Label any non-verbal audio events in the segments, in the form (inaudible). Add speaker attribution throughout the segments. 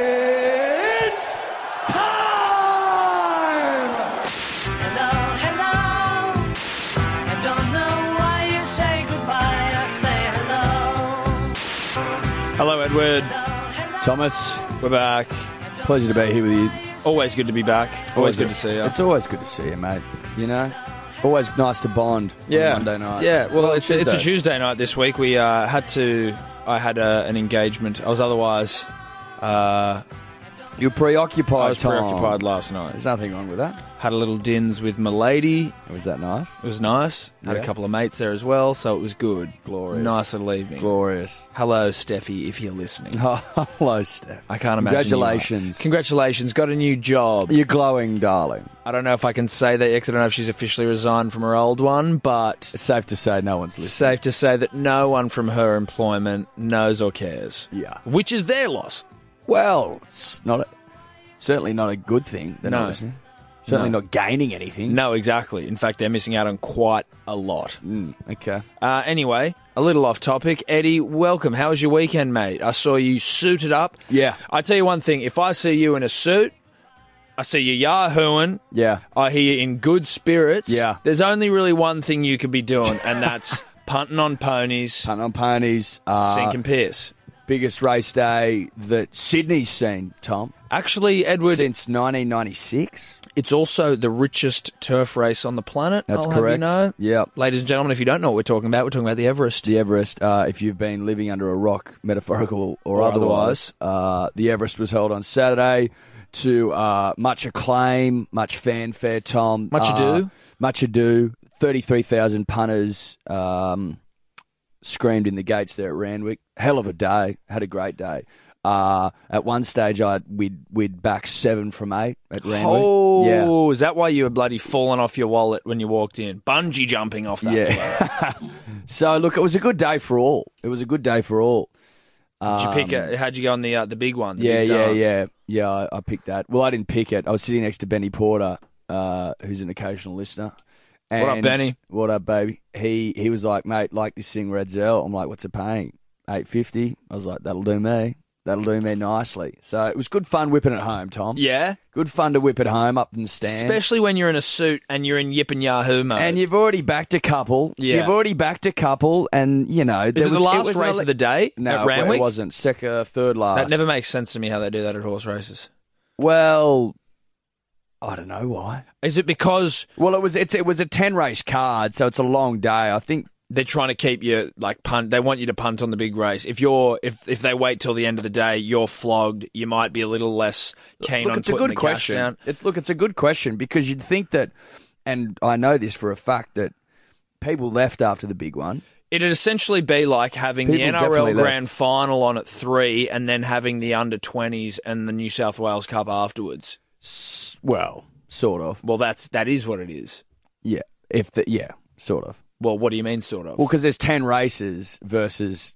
Speaker 1: It's time!
Speaker 2: Hello, hello. I don't know why you say goodbye. I say hello.
Speaker 3: Hello, Edward.
Speaker 1: Thomas, we're back. Pleasure to be here with you.
Speaker 3: Always good to be back. Always good to see you.
Speaker 1: It's always good to see you, mate. You know, always nice to bond. on a
Speaker 3: yeah,
Speaker 1: Monday night.
Speaker 3: Yeah, well, it's, it's a
Speaker 1: Tuesday.
Speaker 3: Tuesday night this week. We uh, had to. I had uh an engagement. I was otherwise. Uh,
Speaker 1: You're preoccupied.
Speaker 3: I was
Speaker 1: Tom.
Speaker 3: preoccupied last night.
Speaker 1: There's nothing wrong with that.
Speaker 3: Had a little dins with my lady.
Speaker 1: Was that nice?
Speaker 3: It was nice. Had
Speaker 1: Yeah.
Speaker 3: a couple of mates there as well, so it was good.
Speaker 1: Glorious.
Speaker 3: Nice little evening.
Speaker 1: Glorious. (laughs)
Speaker 3: Hello, Steffi, if you're listening.
Speaker 1: Oh, hello, Steph.
Speaker 3: I can't imagine. you are.
Speaker 1: Congratulations.
Speaker 3: Congratulations. Got a new job.
Speaker 1: You're glowing, darling.
Speaker 3: I don't know if I can say that yet 'cause I don't know if she's officially resigned from her old one, but
Speaker 1: It's safe to say no one's listening.
Speaker 3: safe to say that no one from her employment knows or cares.
Speaker 1: Yeah.
Speaker 3: Which is their loss.
Speaker 1: Well, it's not a, certainly not a good thing. They're not
Speaker 3: No.
Speaker 1: listening. Certainly
Speaker 3: No.
Speaker 1: not gaining anything.
Speaker 3: No, exactly. In fact, they're missing out on quite a lot.
Speaker 1: Mm, okay.
Speaker 3: Uh, anyway, a little off topic. Eddie, welcome. How was your weekend, mate? I saw you suited up.
Speaker 1: Yeah.
Speaker 3: I tell you one thing if I see you in a suit, I see you yahooing.
Speaker 1: Yeah.
Speaker 3: I hear you in good spirits.
Speaker 1: Yeah.
Speaker 3: There's only really one thing you could be doing,
Speaker 1: (laughs)
Speaker 3: and that's punting on ponies,
Speaker 1: Hunt on ponies. Uh,
Speaker 3: sink and piss.
Speaker 1: biggest race day that Sydney's seen, Tom,
Speaker 3: Actually, Edward,
Speaker 1: since 1996.
Speaker 3: It's also the richest turf race on the planet.
Speaker 1: That's
Speaker 3: I'll
Speaker 1: correct.
Speaker 3: Oh, Have you know.
Speaker 1: Yep.
Speaker 3: Ladies and gentlemen, if you don't know what we're talking about, we're talking about the Everest.
Speaker 1: The Everest, uh, if you've been living under a rock, metaphorical or,
Speaker 3: Or
Speaker 1: otherwise, uh, the Everest was held on Saturday to uh, much acclaim, much fanfare, Tom.
Speaker 3: Much
Speaker 1: Uh,
Speaker 3: ado.
Speaker 1: much ado. 33,000 punters um, screamed in the gates there at Randwick. Hell of a day. Had a great day. Uh, at one stage, I we'd we'd back seven from eight at Randwick. yeah,
Speaker 3: Oh, is that why you were bloody falling off your wallet when you walked in? Bungee jumping off (laughs) that.
Speaker 1: yeah. (laughs) so look, it was a good day for all. It was a good day for all.
Speaker 3: floor. Did you pick it? How'd you go on the uh, the big one? the
Speaker 1: Um, Yeah,
Speaker 3: big
Speaker 1: yeah,
Speaker 3: dance?
Speaker 1: yeah, yeah. I, I picked that. Well, I didn't pick it. I was sitting next to Benny Porter, uh, who's an occasional listener. And
Speaker 3: up, Benny?
Speaker 1: What up, baby? He he was like, mate, like this thing, Red Zell. I'm like, what's it paying? Eight fifty. I was like, that'll do me. That'll do me nicely. So it was good fun whipping it home, Tom.
Speaker 3: Yeah.
Speaker 1: Good fun to whip it home up in the stands.
Speaker 3: Especially when you're in a suit and you're in Yip and Yahoo mode.
Speaker 1: and you've already backed a couple.
Speaker 3: Yeah.
Speaker 1: You've already backed a couple, and you know
Speaker 3: is
Speaker 1: there
Speaker 3: it the
Speaker 1: was-
Speaker 3: last
Speaker 1: was an
Speaker 3: race
Speaker 1: ele-
Speaker 3: of the day
Speaker 1: No,
Speaker 3: at Randwick?
Speaker 1: it wasn't. Second, third last.
Speaker 3: That never makes sense to me how they do that at horse races.
Speaker 1: Well, I don't know why.
Speaker 3: Is it because
Speaker 1: Well, it was it's it was a ten race card, so it's a long day. I think
Speaker 3: they're trying to keep you like punt. They want you to punt on the big race. If you're if if they wait till the end of the day, you're flogged. You might be a little less keen
Speaker 1: look,
Speaker 3: on
Speaker 1: it's a
Speaker 3: putting
Speaker 1: good
Speaker 3: the
Speaker 1: question.
Speaker 3: cash down.
Speaker 1: It's look, it's a good question because you'd think that, and I know this for a fact that people left after the big one.
Speaker 3: It'd essentially be like having
Speaker 1: People
Speaker 3: the
Speaker 1: definitely
Speaker 3: NRL
Speaker 1: left.
Speaker 3: Grand Final on at three, and then having the under twenties and the New South Wales Cup afterwards.
Speaker 1: Well, sort of.
Speaker 3: Well, that's that is what it is.
Speaker 1: Yeah, if the yeah, sort of.
Speaker 3: Well, what do you mean, sort of?
Speaker 1: Well, because there's ten races versus,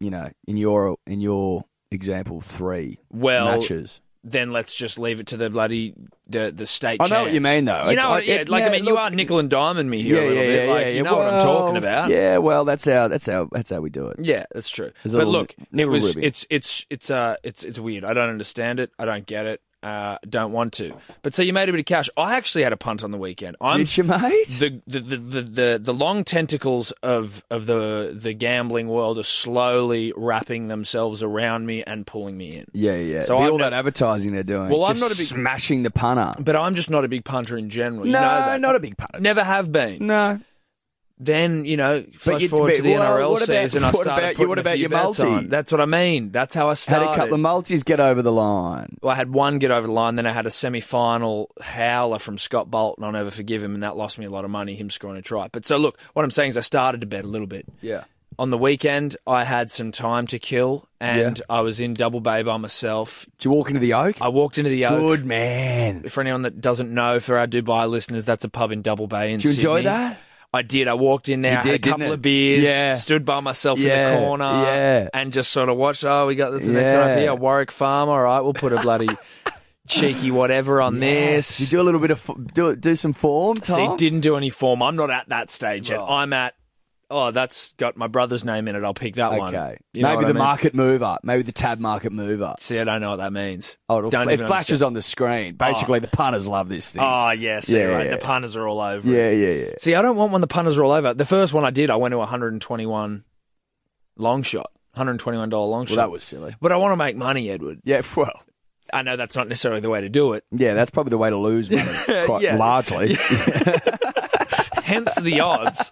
Speaker 1: you know, in your in your example, three
Speaker 3: Well,
Speaker 1: matches.
Speaker 3: then let's just leave it to the bloody the the state.
Speaker 1: I know what you
Speaker 3: champs.
Speaker 1: mean, though.
Speaker 3: You
Speaker 1: It-
Speaker 3: know, what,
Speaker 1: I-
Speaker 3: yeah,
Speaker 1: it-
Speaker 3: like
Speaker 1: yeah,
Speaker 3: I mean, you
Speaker 1: look-
Speaker 3: are nickel and diamond me here a little bit. like you know what I'm talking about.
Speaker 1: Yeah, well, that's how that's how that's how we do it.
Speaker 3: Yeah, that's true.
Speaker 1: There's a
Speaker 3: but
Speaker 1: little
Speaker 3: look,
Speaker 1: bit-
Speaker 3: it
Speaker 1: little
Speaker 3: was
Speaker 1: Ruby.
Speaker 3: it's it's it's uh it's it's weird. I don't understand it. I don't get it. Uh, don't want to. But so you made a bit of cash. I actually had a punt on the weekend. I'm
Speaker 1: Did you, mate?
Speaker 3: the, the, the, the, the, the long tentacles of, of the the gambling world are slowly wrapping themselves around me and pulling me in.
Speaker 1: Yeah, yeah.
Speaker 3: So
Speaker 1: So
Speaker 3: I'm
Speaker 1: all
Speaker 3: no-
Speaker 1: that advertising they're doing.
Speaker 3: Well, I'm
Speaker 1: just
Speaker 3: not a big-
Speaker 1: smashing the punter.
Speaker 3: But I'm just not a big punter in general. You
Speaker 1: no,
Speaker 3: know that.
Speaker 1: not a big punter.
Speaker 3: Never have been.
Speaker 1: No.
Speaker 3: Then you know, flash
Speaker 1: you-
Speaker 3: forward
Speaker 1: but
Speaker 3: to the
Speaker 1: what-
Speaker 3: NRL
Speaker 1: what about-
Speaker 3: season. I
Speaker 1: what
Speaker 3: started
Speaker 1: about you-
Speaker 3: putting
Speaker 1: what
Speaker 3: a
Speaker 1: about
Speaker 3: few
Speaker 1: your
Speaker 3: bets on.
Speaker 1: multi?
Speaker 3: That's what I mean. That's how I
Speaker 1: Had
Speaker 3: started.
Speaker 1: a couple of multis get over the line.
Speaker 3: Well, I had one get over the line, then I had a semi final howler from Scott Bolton. I'll never forgive him, and that lost me a lot of money, him scoring a try. But so, look, what I'm saying is I started to bet a little bit.
Speaker 1: Yeah.
Speaker 3: On the weekend, I had some time to kill, and I was in Double Bay by myself.
Speaker 1: Did you walk into the oak?
Speaker 3: I walked into the Oak.
Speaker 1: Good man.
Speaker 3: For anyone that doesn't know, for our Dubai listeners, that's a pub in Double Bay in
Speaker 1: Did you enjoy
Speaker 3: Sydney.
Speaker 1: that?
Speaker 3: I did. I walked in there,
Speaker 1: You
Speaker 3: had
Speaker 1: did,
Speaker 3: a
Speaker 1: didn't
Speaker 3: couple
Speaker 1: it?
Speaker 3: of beers,
Speaker 1: Yeah.
Speaker 3: stood by myself
Speaker 1: Yeah,
Speaker 3: in the corner,
Speaker 1: yeah.
Speaker 3: and just sort of watched. Oh, we got this the next
Speaker 1: Yeah.
Speaker 3: one up here, Warwick Farm. All right, we'll put a
Speaker 1: (laughs)
Speaker 3: bloody cheeky whatever on this.
Speaker 1: Did you do a little bit of fo- do do some form,
Speaker 3: See,
Speaker 1: Tom?
Speaker 3: didn't do any form. I'm not at that stage yet.
Speaker 1: Right.
Speaker 3: I'm at oh, that's got my brother's name in it. I'll pick that one.
Speaker 1: Okay.
Speaker 3: You know
Speaker 1: maybe
Speaker 3: what
Speaker 1: the
Speaker 3: I mean?
Speaker 1: market mover. Maybe the tab market mover.
Speaker 3: See, I don't know what that means.
Speaker 1: Oh, it'll
Speaker 3: Don't
Speaker 1: fl- it
Speaker 3: even
Speaker 1: flashes on the screen. Basically, the punters love this thing.
Speaker 3: Oh, yeah, see,
Speaker 1: Yeah,
Speaker 3: right.
Speaker 1: yeah,
Speaker 3: The
Speaker 1: yeah.
Speaker 3: punters are all over. it.
Speaker 1: yeah, yeah, yeah.
Speaker 3: See, I don't want one the punters are all over. The first one I did, I went to 121 long shot, $121 long
Speaker 1: Well,
Speaker 3: shot.
Speaker 1: that was silly.
Speaker 3: but I want to make money, Edward.
Speaker 1: Yeah, well,
Speaker 3: I know that's not necessarily the way to do it.
Speaker 1: yeah, that's probably the way to lose money,
Speaker 3: (laughs)
Speaker 1: quite
Speaker 3: Yeah.
Speaker 1: largely.
Speaker 3: Hence
Speaker 1: (laughs)
Speaker 3: the odds.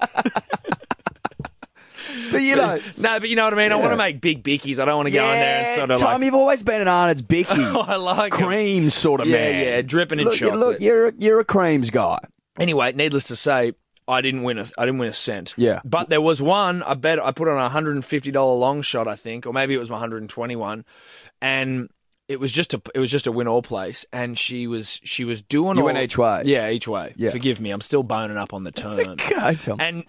Speaker 1: but you know,
Speaker 3: no, but you know what I mean. I want to make big bickies. I don't want to go in there and sort of
Speaker 1: Tom,
Speaker 3: like.
Speaker 1: you've always been an Arnott's Bicky,
Speaker 3: (laughs) Oh, I like 'em.
Speaker 1: cream sort of
Speaker 3: Yeah,
Speaker 1: man.
Speaker 3: yeah, dripping in
Speaker 1: look, you-
Speaker 3: chocolate.
Speaker 1: Look, you're a, you're a creams guy.
Speaker 3: Anyway, needless to say, I didn't win a I didn't win a cent.
Speaker 1: Yeah.
Speaker 3: But there was one, I bet I put on a hundred and fifty dollar long shot, I think, or maybe it was my hundred and twenty one. And it was just a it was just a win all place. And she was she was doing
Speaker 1: You
Speaker 3: all,
Speaker 1: went each way.
Speaker 3: Yeah, each way.
Speaker 1: Yeah.
Speaker 3: Forgive me, I'm still boning up on the term.
Speaker 1: Okay, Tom.
Speaker 3: And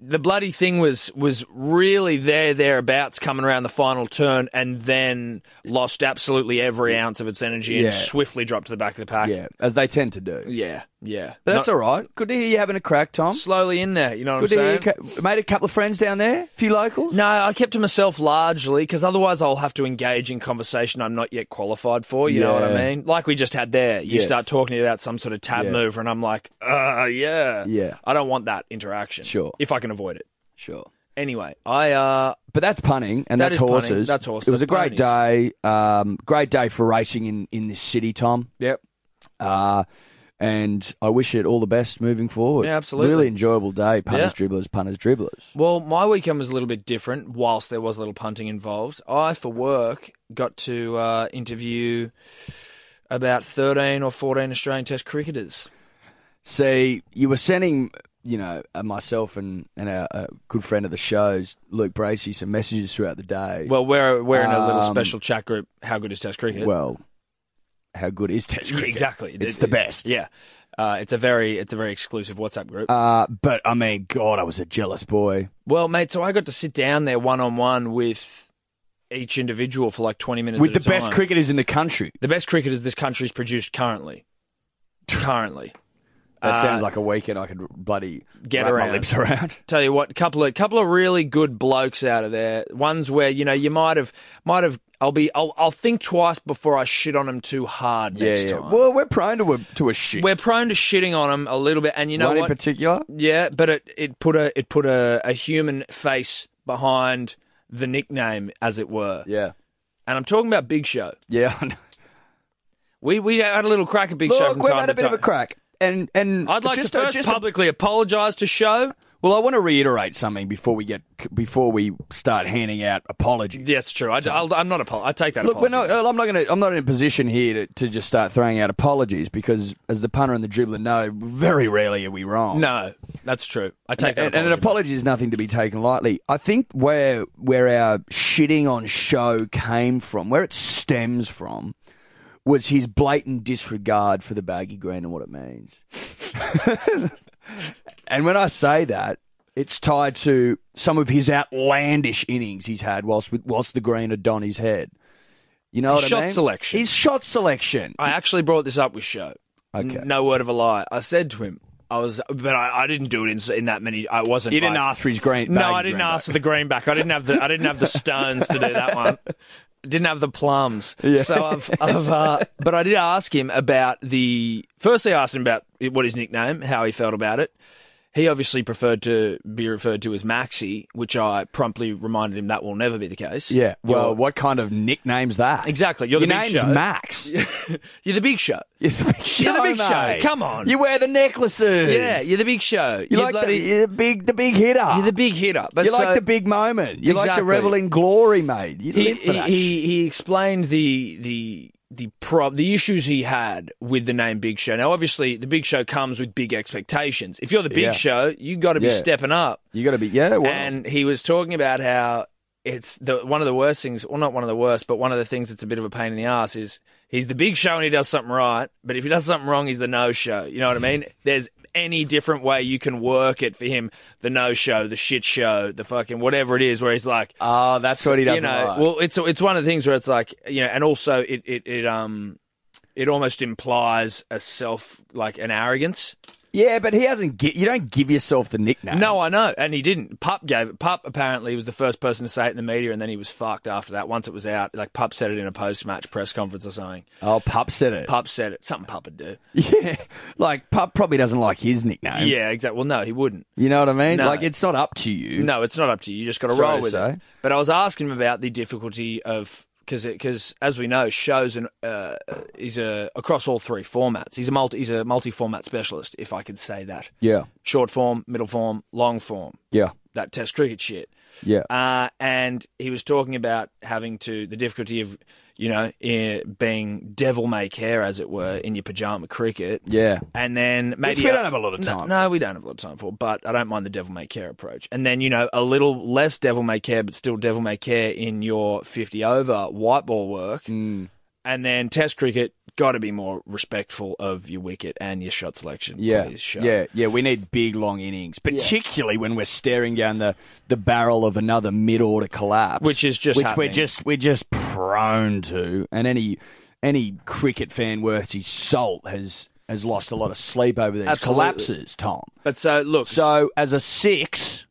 Speaker 3: the bloody thing was was really there thereabouts coming around the final turn, and then lost absolutely every ounce of its energy
Speaker 1: Yeah.
Speaker 3: and swiftly dropped to the back of the pack.
Speaker 1: yeah, as they tend to do.
Speaker 3: yeah, yeah.
Speaker 1: But that's
Speaker 3: Not-
Speaker 1: all right. Good to hear you having a crack, Tom.
Speaker 3: slowly in there. You know what
Speaker 1: Good
Speaker 3: I'm
Speaker 1: to hear you
Speaker 3: saying?
Speaker 1: ca- made a couple of friends down there, a few locals.
Speaker 3: No, I kept to myself largely because otherwise I'll have to engage in conversation I'm not yet qualified for. You know what I
Speaker 1: Yeah.
Speaker 3: mean? Like we just had there. You
Speaker 1: Yes.
Speaker 3: start talking about some sort of tab
Speaker 1: Yeah.
Speaker 3: mover, and I'm like, uh, yeah,
Speaker 1: Yeah.
Speaker 3: I don't want that interaction.
Speaker 1: Sure.
Speaker 3: if I can avoid it.
Speaker 1: Sure.
Speaker 3: Anyway, I uh,
Speaker 1: But that's punning and
Speaker 3: That
Speaker 1: that's
Speaker 3: is punning,
Speaker 1: horses.
Speaker 3: that's horses,
Speaker 1: It was a
Speaker 3: that's
Speaker 1: great day. Um, great day for racing in, in this city, Tom.
Speaker 3: yep.
Speaker 1: Uh, and I wish it all the best moving forward.
Speaker 3: Yeah, absolutely.
Speaker 1: Really enjoyable day. Punters,
Speaker 3: Yeah.
Speaker 1: dribblers, punters, dribblers.
Speaker 3: Well, my weekend was a little bit different. Whilst there was a little punting involved, I, for work, got to uh, interview about thirteen or fourteen Australian Test cricketers.
Speaker 1: See, you were sending, you know, uh, myself and, and a, a good friend of the show's, Luke Bracey, some messages throughout the day.
Speaker 3: Well, we're we're in a little
Speaker 1: Um,
Speaker 3: special chat group. How good is Test cricket?
Speaker 1: Well, how good is Test
Speaker 3: Yeah, (laughs)
Speaker 1: cricket?
Speaker 3: Exactly,
Speaker 1: It's
Speaker 3: It-
Speaker 1: the
Speaker 3: it-
Speaker 1: best.
Speaker 3: Yeah, uh, it's a very it's a very exclusive WhatsApp group.
Speaker 1: Uh, but I mean, God, I was a jealous boy.
Speaker 3: well, mate, so I got to sit down there one on one with each individual for like twenty minutes
Speaker 1: With the
Speaker 3: at a
Speaker 1: best
Speaker 3: time.
Speaker 1: cricketers in the country.
Speaker 3: the best cricketers this country's produced currently. Currently,
Speaker 1: That
Speaker 3: Uh,
Speaker 1: sounds like a weekend I could bloody
Speaker 3: Get
Speaker 1: wrap
Speaker 3: around.
Speaker 1: my lips around.
Speaker 3: tell you what, couple of couple of really good blokes out of there. Ones where you know you might have might have. I'll be I'll I'll think twice before I shit on them too hard (laughs) next time.
Speaker 1: Well, we're prone to a, to a shit.
Speaker 3: We're prone to shitting on them a little bit, and you know
Speaker 1: One
Speaker 3: what? Mm.
Speaker 1: in particular.
Speaker 3: Yeah, but it, it put a it put a, a human face behind the nickname, as it were.
Speaker 1: Yeah.
Speaker 3: And I'm talking about Big Show.
Speaker 1: Yeah.
Speaker 3: We we had a little crack at Big Show
Speaker 1: Look,
Speaker 3: from
Speaker 1: we've
Speaker 3: time
Speaker 1: had a
Speaker 3: to
Speaker 1: bit
Speaker 3: time.
Speaker 1: of a crack. And and
Speaker 3: I'd like
Speaker 1: just
Speaker 3: to
Speaker 1: a-
Speaker 3: first
Speaker 1: just a-
Speaker 3: publicly apologise to Show.
Speaker 1: well, I want to reiterate something before we get before we start handing out apologies.
Speaker 3: Yeah, it's true. I, am not apol. I take that.
Speaker 1: Look, we're
Speaker 3: apology
Speaker 1: not, I'm not going to. I'm not in a position here to, to just start throwing out apologies because, as the punter and the dribbler know, very rarely are we
Speaker 3: back.
Speaker 1: wrong.
Speaker 3: No, that's true. I take that.
Speaker 1: and, and an
Speaker 3: apology back.
Speaker 1: apology is nothing to be taken lightly. I think where where our shitting on show came from, where it stems from, was his blatant disregard for the baggy green and what it means. (laughs) and when I say that, it's tied to some of his outlandish innings he's had whilst with, whilst the green had on his head. You know
Speaker 3: His
Speaker 1: what
Speaker 3: shot
Speaker 1: I mean?
Speaker 3: selection.
Speaker 1: His shot selection.
Speaker 3: I actually brought this up with Show.
Speaker 1: Okay.
Speaker 3: N- No word of a lie. I said to him, I was, but I, I didn't do it in, in that many. I wasn't.
Speaker 1: You didn't
Speaker 3: like-
Speaker 1: ask for his green.
Speaker 3: No,
Speaker 1: baggy
Speaker 3: I didn't
Speaker 1: green
Speaker 3: ask for
Speaker 1: back.
Speaker 3: the greenback. I didn't have the I didn't have the stones to do that one. Didn't have the plums. So I've, I've uh, but I did ask him about the. Firstly, I asked him about what his nickname, how he felt about it. He obviously preferred to be referred to as Maxi, which I promptly reminded him that will never be the case.
Speaker 1: Yeah. Well,
Speaker 3: You're-
Speaker 1: what kind of nickname's that?
Speaker 3: Exactly, you're
Speaker 1: Your
Speaker 3: the big
Speaker 1: name's
Speaker 3: show.
Speaker 1: Max. you're
Speaker 3: you're the big show.
Speaker 1: (laughs) the big show.
Speaker 3: big show,
Speaker 1: mate.
Speaker 3: come on.
Speaker 1: You wear the necklaces.
Speaker 3: Yeah, you're the big show.
Speaker 1: You like
Speaker 3: bloody-
Speaker 1: the, you're the big, the big hitter.
Speaker 3: you're the big hitter. But
Speaker 1: you
Speaker 3: so-
Speaker 1: like the big moment. You like to
Speaker 3: Exactly.
Speaker 1: revel in glory, mate. You
Speaker 3: he,
Speaker 1: live for
Speaker 3: he,
Speaker 1: that.
Speaker 3: he he explained the the the prob the issues he had with the name Big Show. Now, obviously, the Big Show comes with big expectations. If you're the Big
Speaker 1: Yeah.
Speaker 3: Show, you got to be
Speaker 1: Yeah.
Speaker 3: stepping up.
Speaker 1: you got to be. Yeah. Well,
Speaker 3: And he was talking about how it's the one of the worst things, well, not one of the worst, but one of the things that's a bit of a pain in the ass is he's the Big Show and he does something right, but if he does something wrong, he's the No Show. You know what I mean? There's any different way you can work it for him the no show the shit show the fucking whatever it is where he's like
Speaker 1: oh, that's what he doesn't
Speaker 3: you know,
Speaker 1: like.
Speaker 3: well, it's it's one of the things where it's like you know, and also it it, it um it almost implies a self like an arrogance.
Speaker 1: Yeah, but he hasn't. Gi- you don't give yourself the nickname.
Speaker 3: No, I know, and he didn't. Pup gave it. Pup apparently was the first person to say it in the media, and then he was fucked after that. Once it was out, like Pup said it in a post-match press conference or something.
Speaker 1: Oh, Pup said it. (laughs)
Speaker 3: Pup said it. Something Pup would do.
Speaker 1: Yeah, like Pup probably doesn't like his nickname.
Speaker 3: Yeah, exactly. Well, no, he wouldn't.
Speaker 1: You know what I mean?
Speaker 3: No.
Speaker 1: Like it's not up to you.
Speaker 3: No, it's not up to you. You just got to
Speaker 1: Sorry
Speaker 3: roll
Speaker 1: to
Speaker 3: with
Speaker 1: say.
Speaker 3: it. But I was asking him about the difficulty of because because as we know, shows and uh, he's a across all three formats. He's a multi he's a multi format specialist, if I could say that.
Speaker 1: Yeah,
Speaker 3: Short form, middle form, long form.
Speaker 1: yeah,
Speaker 3: That Test cricket shit.
Speaker 1: yeah.
Speaker 3: Uh, and he was talking about having to the difficulty of you know eh, being devil may care, as it were, in your pajama cricket.
Speaker 1: Yeah.
Speaker 3: And then maybe
Speaker 1: we don't have a lot of
Speaker 3: No,
Speaker 1: time.
Speaker 3: No, we don't have a lot of time for. But I don't mind the devil may care approach. And then you know a little less devil may care, but still devil may care in your fifty over white ball work.
Speaker 1: Mm.
Speaker 3: And then Test cricket got to be more respectful of your wicket and your shot selection.
Speaker 1: Yeah,
Speaker 3: please, show.
Speaker 1: yeah, yeah. We need big, long innings, particularly when we're staring down the, the barrel of another mid-order collapse,
Speaker 3: Which is just
Speaker 1: which
Speaker 3: happening.
Speaker 1: we're just we're just prone to. And any any cricket fan worth his salt has has lost a lot of sleep over these
Speaker 3: Absolutely.
Speaker 1: collapses, Tom.
Speaker 3: But so look,
Speaker 1: So as a six,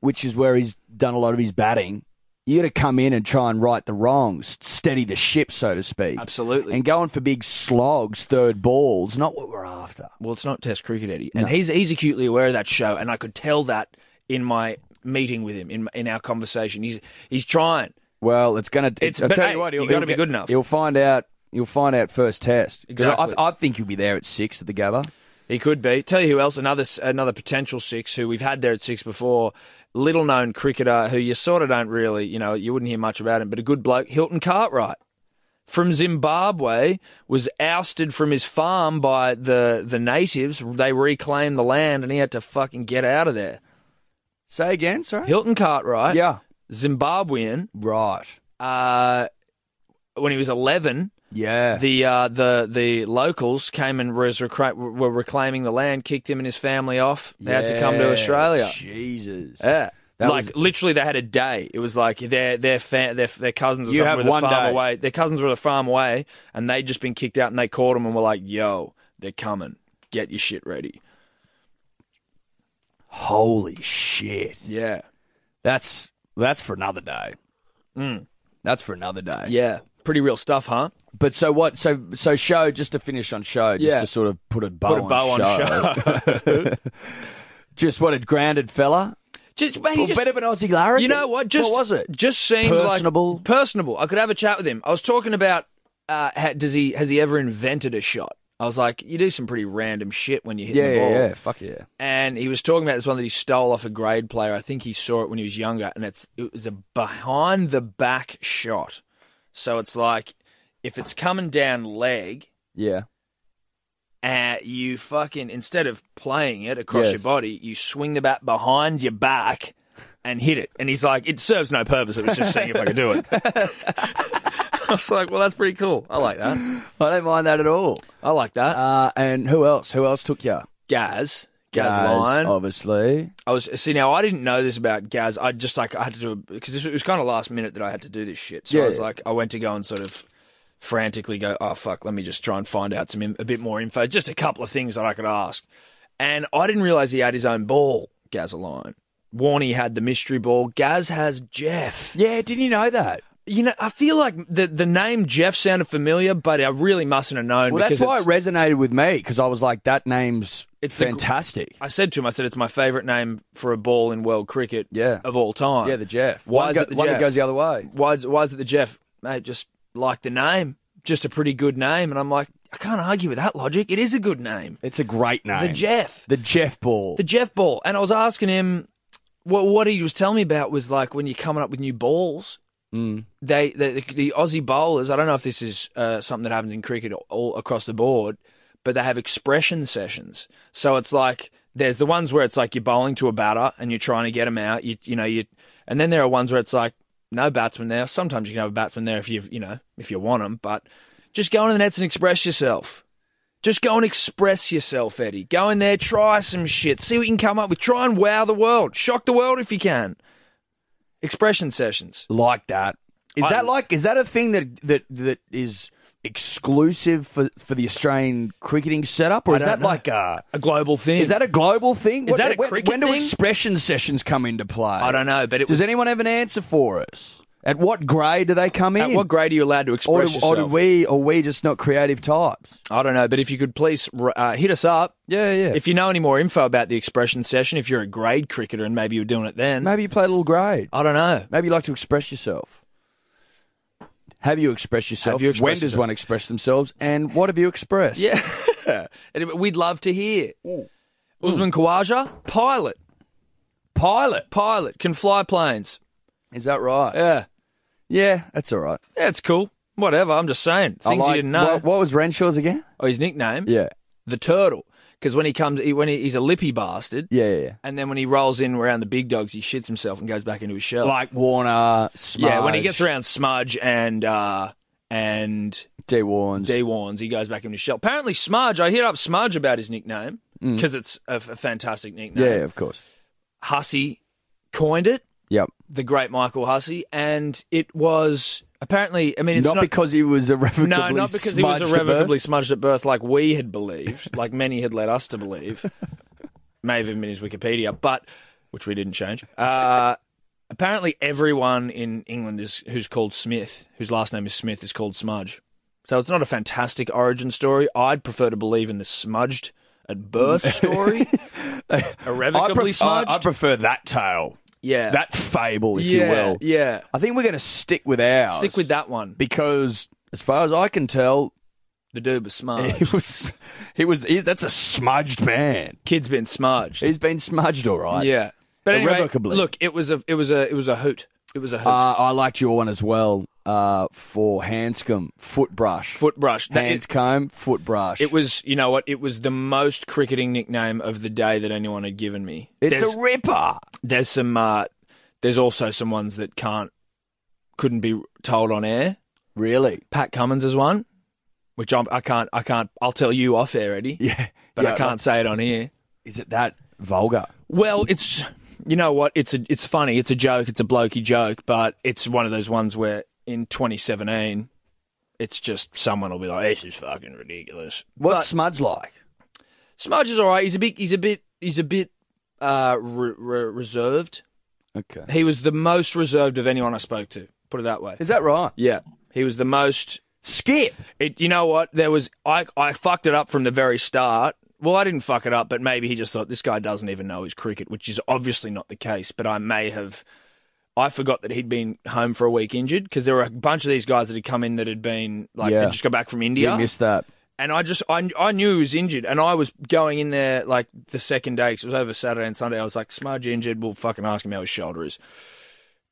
Speaker 1: which is where he's done a lot of his batting, you got to come in and try and right the wrongs, steady the ship, so to speak.
Speaker 3: Absolutely.
Speaker 1: And going for big slogs, third balls, not what we're after.
Speaker 3: well, it's not Test cricket, Eddie, and he's he's acutely aware of that show, and I could tell that in my meeting with him in in our conversation. He's he's trying.
Speaker 1: Well, it's going to.
Speaker 3: It's-
Speaker 1: I'll
Speaker 3: but,
Speaker 1: tell
Speaker 3: hey,
Speaker 1: you what,
Speaker 3: you
Speaker 1: he'll,
Speaker 3: gotta
Speaker 1: he'll
Speaker 3: be
Speaker 1: get-
Speaker 3: good enough.
Speaker 1: He'll find out. You'll find out first test. 'Cause
Speaker 3: Exactly.
Speaker 1: I, I think he'll be there at six at the Gabba.
Speaker 3: He could be. Tell you who else? Another another potential six who we've had there at six before. Little known cricketer who you sort of don't really, you know, you wouldn't hear much about him, but a good bloke, Hilton Cartwright from Zimbabwe was ousted from his farm by the the natives. They reclaimed the land, and he had to fucking get out of there.
Speaker 1: Say again, sorry.
Speaker 3: Hilton Cartwright,
Speaker 1: yeah.
Speaker 3: Zimbabwean,
Speaker 1: Right.
Speaker 3: uh, when he was eleven,
Speaker 1: Yeah.
Speaker 3: the uh, the the locals came and was recra- were reclaiming the land, kicked him and his family off. They had to come to
Speaker 1: Yeah,
Speaker 3: Australia. Eh.
Speaker 1: Jesus.
Speaker 3: Yeah.
Speaker 1: That
Speaker 3: like
Speaker 1: was-
Speaker 3: literally, they had a day. It was like their their fa- their, their cousins or
Speaker 1: You
Speaker 3: something
Speaker 1: have
Speaker 3: were the
Speaker 1: one
Speaker 3: farm
Speaker 1: day.
Speaker 3: away. Their cousins were the farm away, and they'd just been kicked out. And they called them and were like, "Yo, they're coming. Get your shit ready."
Speaker 1: Holy shit.
Speaker 3: Yeah,
Speaker 1: That's that's for another day. Mm. That's for another day.
Speaker 3: yeah, pretty real stuff, huh?
Speaker 1: But so what? So so show just to finish on show, just
Speaker 3: Yeah.
Speaker 1: to sort of put a bow,
Speaker 3: Put a bow on show.
Speaker 1: (laughs) just what a grounded fella.
Speaker 3: just, man, he
Speaker 1: Well,
Speaker 3: just-
Speaker 1: better than Aussie Larry.
Speaker 3: You know what? Just
Speaker 1: what was it?
Speaker 3: Just seemed like-
Speaker 1: Personable?
Speaker 3: personable. I could have a chat with him. I was talking about uh, ha- does he has he ever invented a shot? I was like, you do some pretty random shit when you hit
Speaker 1: yeah,
Speaker 3: the
Speaker 1: yeah,
Speaker 3: ball.
Speaker 1: yeah. Fuck yeah.
Speaker 3: And he was talking about this one that he stole off a grade player. I think he saw it when he was younger, and it's it was a behind the back shot. So it's like if it's coming down leg,
Speaker 1: Yeah.
Speaker 3: uh, you fucking instead of playing it across
Speaker 1: Yes.
Speaker 3: your body, you swing the bat behind your back and hit it. And he's like, "It serves no purpose. It was just seeing if I could do it." (laughs) I was like, "Well, that's pretty cool. I like that.
Speaker 1: I don't mind that at all.
Speaker 3: I like that."
Speaker 1: Uh, and who else? Who else took you?
Speaker 3: Gaz, Gaz, Lyon.
Speaker 1: Oh, obviously.
Speaker 3: I was see now. I didn't know this about Gaz. I just like I had to do because this it was kind of last minute that I had to do this shit. So I
Speaker 1: Yeah,
Speaker 3: was
Speaker 1: yeah.
Speaker 3: like, I went to go and sort of frantically go, oh fuck, let me just try and find out some in- a bit more info, just a couple of things that I could ask. And I didn't realize he had his own ball, Gaz Alone. Warney had the mystery ball. Gaz has Jeff.
Speaker 1: Yeah, didn't you know that?
Speaker 3: You know, I feel like the the name Jeff sounded familiar, but I really mustn't have known.
Speaker 1: Well,
Speaker 3: because
Speaker 1: that's why
Speaker 3: it's-
Speaker 1: it resonated with me because I was like, that name's
Speaker 3: It's the gr-
Speaker 1: fantastic.
Speaker 3: I said to him, I said, it's my favourite name for a ball in world cricket
Speaker 1: Yeah.
Speaker 3: of all time.
Speaker 1: yeah, the Jeff.
Speaker 3: Why
Speaker 1: One
Speaker 3: is
Speaker 1: go-
Speaker 3: it the
Speaker 1: one
Speaker 3: Jeff?
Speaker 1: that goes the other way?
Speaker 3: why is, why is it the Jeff? Mate, just like the name, just a pretty good name. And I'm like, I can't argue with that logic. It is a good name.
Speaker 1: It's a great name.
Speaker 3: The Jeff.
Speaker 1: The Jeff Ball.
Speaker 3: The Jeff ball. And I was asking him, what, what he was telling me about was like when you're coming up with new balls, they, the, the, the Aussie bowlers, I don't know if this is uh, something that happens in cricket all across the board, but they have expression sessions. So it's like there's the ones where it's like you're bowling to a batter and you're trying to get him out. You you know you, and then there are ones where it's like no batsman there. Sometimes you can have a batsman there if you you know if you want him, but just go into the nets and express yourself. Just go and express yourself, Eddie. Go in there, try some shit, see what you can come up with. Try and wow the world, shock the world if you can. Expression sessions.
Speaker 1: like that. Is
Speaker 3: I-
Speaker 1: that like is that a thing that that that is exclusive for, for the Australian cricketing setup, or is
Speaker 3: don't
Speaker 1: that
Speaker 3: know.
Speaker 1: like a
Speaker 3: a global thing.
Speaker 1: is that a global thing? Is
Speaker 3: that a
Speaker 1: when,
Speaker 3: cricket
Speaker 1: when do
Speaker 3: thing?
Speaker 1: expression sessions come into play?
Speaker 3: I don't know, but it
Speaker 1: Does
Speaker 3: was.
Speaker 1: anyone have an answer for us? At what grade do they come
Speaker 3: at
Speaker 1: in?
Speaker 3: what grade are you allowed to
Speaker 1: or,
Speaker 3: express
Speaker 1: do, or do
Speaker 3: yourself?
Speaker 1: we or we just not creative types?
Speaker 3: I don't know, but if you could please uh, hit us up.
Speaker 1: Yeah, yeah.
Speaker 3: If you know any more info about the expression session, if you're a grade cricketer and maybe you're doing it then,
Speaker 1: Maybe you play a little grade.
Speaker 3: I don't know.
Speaker 1: Maybe you like to express yourself. Have you expressed yourself?
Speaker 3: Have you expressed
Speaker 1: when does
Speaker 3: yourself?
Speaker 1: one express themselves? And what have you expressed?
Speaker 3: Yeah. And We'd love to hear. Usman Khawaja, pilot. Pilot. Pilot. Can fly planes.
Speaker 1: Is that right?
Speaker 3: Yeah.
Speaker 1: Yeah, that's all right.
Speaker 3: Yeah, it's cool. Whatever. I'm just saying.
Speaker 1: I
Speaker 3: Things
Speaker 1: like-
Speaker 3: you didn't know.
Speaker 1: What, what was Renshaw's again?
Speaker 3: Oh, his nickname?
Speaker 1: Yeah.
Speaker 3: The Turtle. Because when he comes, he, when he, he's a lippy bastard.
Speaker 1: Yeah, yeah, yeah.
Speaker 3: And then when he rolls in around the big dogs, he shits himself and goes back into his shell.
Speaker 1: Like Warner, Smudge,
Speaker 3: Yeah, when he gets around Smudge and uh and
Speaker 1: D Warns.
Speaker 3: D Warns, he goes back into his shell. Apparently, Smudge. I hit up Smudge about his nickname because it's a, a fantastic nickname.
Speaker 1: Mm. yeah, of course.
Speaker 3: Hussey coined it,
Speaker 1: Yep.
Speaker 3: the great Michael Hussey, and it was apparently. I mean, it's
Speaker 1: Not,
Speaker 3: not,
Speaker 1: because he was irrevocably
Speaker 3: no, not because he was
Speaker 1: smudged at birth.
Speaker 3: irrevocably smudged at birth, like we had believed, (laughs) like many had led us to
Speaker 1: (laughs)
Speaker 3: believe. May have even been his Wikipedia, but which we didn't change. Uh, apparently, everyone in England is who's called Smith, whose last name is Smith, is called Smudge. So it's not a fantastic origin story. I'd prefer to believe in the smudged at birth
Speaker 1: (laughs)
Speaker 3: story, irrevocably
Speaker 1: pref-
Speaker 3: smudged.
Speaker 1: I prefer that tale,
Speaker 3: yeah,
Speaker 1: that fable, if
Speaker 3: yeah,
Speaker 1: you will.
Speaker 3: yeah.
Speaker 1: I think we're going to stick with ours.
Speaker 3: Stick with that one.
Speaker 1: because, as far as I can tell, (laughs)
Speaker 3: The dude was smudged.
Speaker 1: he was he was he, that's a smudged man.
Speaker 3: Kid's been smudged.
Speaker 1: He's been smudged, all right.
Speaker 3: Yeah, but anyway,
Speaker 1: Irrevocably.
Speaker 3: look, it was a it was a it was a hoot. It was a hoot.
Speaker 1: Uh, I liked your one as well uh, for Hanscom foot brush,
Speaker 3: Foot brush. That-
Speaker 1: hands
Speaker 3: it,
Speaker 1: comb, foot brush.
Speaker 3: it was you know what? It was the most cricketing nickname of the day that anyone had given me.
Speaker 1: it's
Speaker 3: there's,
Speaker 1: a ripper.
Speaker 3: there's some uh, there's also some ones that can't couldn't be told on air.
Speaker 1: Really?
Speaker 3: Pat Cummins is one, which I'm, I can't I can't I'll tell you off air, Eddie.
Speaker 1: Yeah,
Speaker 3: but I
Speaker 1: Yeah,
Speaker 3: can't
Speaker 1: like,
Speaker 3: say it on air.
Speaker 1: is it that vulgar?
Speaker 3: Well, it's you know what? It's a it's funny. It's a joke. It's a blokey joke, but it's one of those ones where in 2017, it's just someone will be like, "This is fucking ridiculous."
Speaker 1: What's
Speaker 3: But
Speaker 1: smudge like?
Speaker 3: Smudge is all right. He's a bit. He's a bit. He's a bit uh, re- re- reserved.
Speaker 1: Okay,
Speaker 3: He was the most reserved of anyone I spoke to. Put it that way.
Speaker 1: is that right?
Speaker 3: Yeah, he was the most
Speaker 1: Skip.
Speaker 3: It, you know what? There was I, I fucked it up from the very start. Well, I didn't fuck it up, but maybe he just thought this guy doesn't even know his cricket, which is obviously not the case. But I may have, I forgot that he'd been home for a week injured because there were a bunch of these guys that had come in that had been like
Speaker 1: Yeah.
Speaker 3: they just got back from
Speaker 1: You
Speaker 3: India,
Speaker 1: missed that.
Speaker 3: and I just I, I knew he was injured, and I was going in there like the second day 'cause it was over Saturday and Sunday. I was like, Smudge injured. We'll fucking ask him how his shoulder is.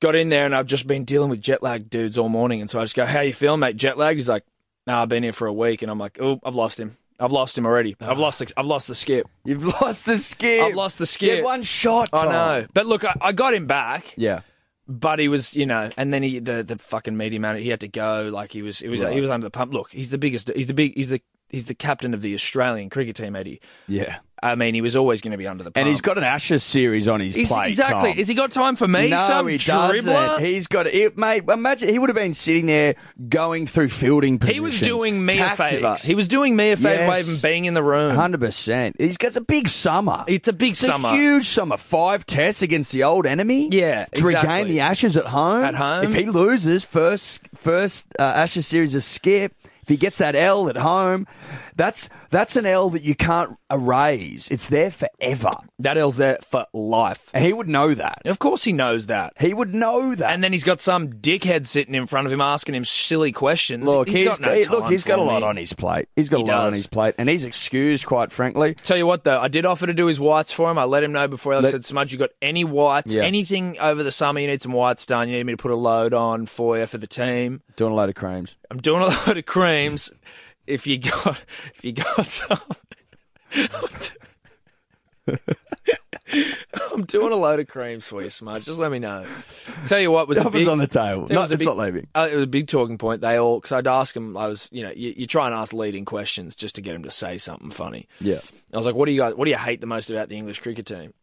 Speaker 3: Got in there and I've just been dealing with jet lag dudes all morning, and so I just go, "How you feeling, mate? Jet lag?" He's like, "Nah, I've been here for a week," and I'm like, "Oh, I've lost him. I've lost him already. I've lost. The, I've lost the skip.
Speaker 1: You've (laughs) lost the skip.
Speaker 3: I've lost the
Speaker 1: You
Speaker 3: skip.
Speaker 1: had one shot.
Speaker 3: I
Speaker 1: Tom.
Speaker 3: know, but look, I, I got him back,
Speaker 1: Yeah.
Speaker 3: but he was, you know, and then he the the fucking media manager, he had to go. Like he was, he was, he was under the pump. Look, he's the biggest. He's the big. He's the he's the captain of the Australian cricket team, Eddie.
Speaker 1: Yeah.
Speaker 3: I mean, he was always going to be under the pump.
Speaker 1: And he's got an Ashes series on his
Speaker 3: He's-
Speaker 1: plate.
Speaker 3: exactly.
Speaker 1: Tom.
Speaker 3: Has he got time for me? Some dribbler.
Speaker 1: doesn't. He's got it, mate. Imagine he would have been sitting there going through fielding positions.
Speaker 3: He was doing me
Speaker 1: tactics.
Speaker 3: a favor. He was doing me a favor
Speaker 1: Yes.
Speaker 3: by even being in the room.
Speaker 1: hundred percent. He's got it's a big summer.
Speaker 3: It's a big
Speaker 1: It's
Speaker 3: summer.
Speaker 1: huge summer. Five tests against the old enemy.
Speaker 3: Yeah,
Speaker 1: to regain
Speaker 3: exactly.
Speaker 1: the Ashes at home.
Speaker 3: At home.
Speaker 1: if he loses first first uh, Ashes series is skip. If he gets that L at home, that's that's an L that you can't erase. It's there forever,
Speaker 3: that L's there for life.
Speaker 1: and he would know that.
Speaker 3: Of course, he knows that.
Speaker 1: He would know that.
Speaker 3: And then he's got some dickhead sitting in front of him asking him silly questions.
Speaker 1: Look,
Speaker 3: he's got no
Speaker 1: he-
Speaker 3: time
Speaker 1: look, he's got
Speaker 3: for
Speaker 1: a lot
Speaker 3: me.
Speaker 1: on his plate. He's got
Speaker 3: He
Speaker 1: a lot on
Speaker 3: does.
Speaker 1: his plate, and he's excused, quite frankly.
Speaker 3: Tell you what, though, I did offer to do his whites for him. I let him know before I
Speaker 1: Let-
Speaker 3: said, Smudge, you got any whites,
Speaker 1: Yeah.
Speaker 3: anything over the summer, you need some whites done, you need me to put a load on for you for the team.
Speaker 1: Doing a load of creams.
Speaker 3: I'm doing a load of creams. If you got, (laughs) if you got some, I'm doing a load of creams for you, Smudge. Just let me know. Tell you what was a
Speaker 1: Stuff
Speaker 3: big,
Speaker 1: is on the table.
Speaker 3: there
Speaker 1: No,
Speaker 3: was
Speaker 1: it's
Speaker 3: a big-
Speaker 1: not leaving.
Speaker 3: uh, it was a big talking point. They all because I'd ask them. I was, you know, you, you try and ask leading questions just to get them to say something funny.
Speaker 1: Yeah.
Speaker 3: I was like, "What do you guys? What do you hate the most about the English cricket team?"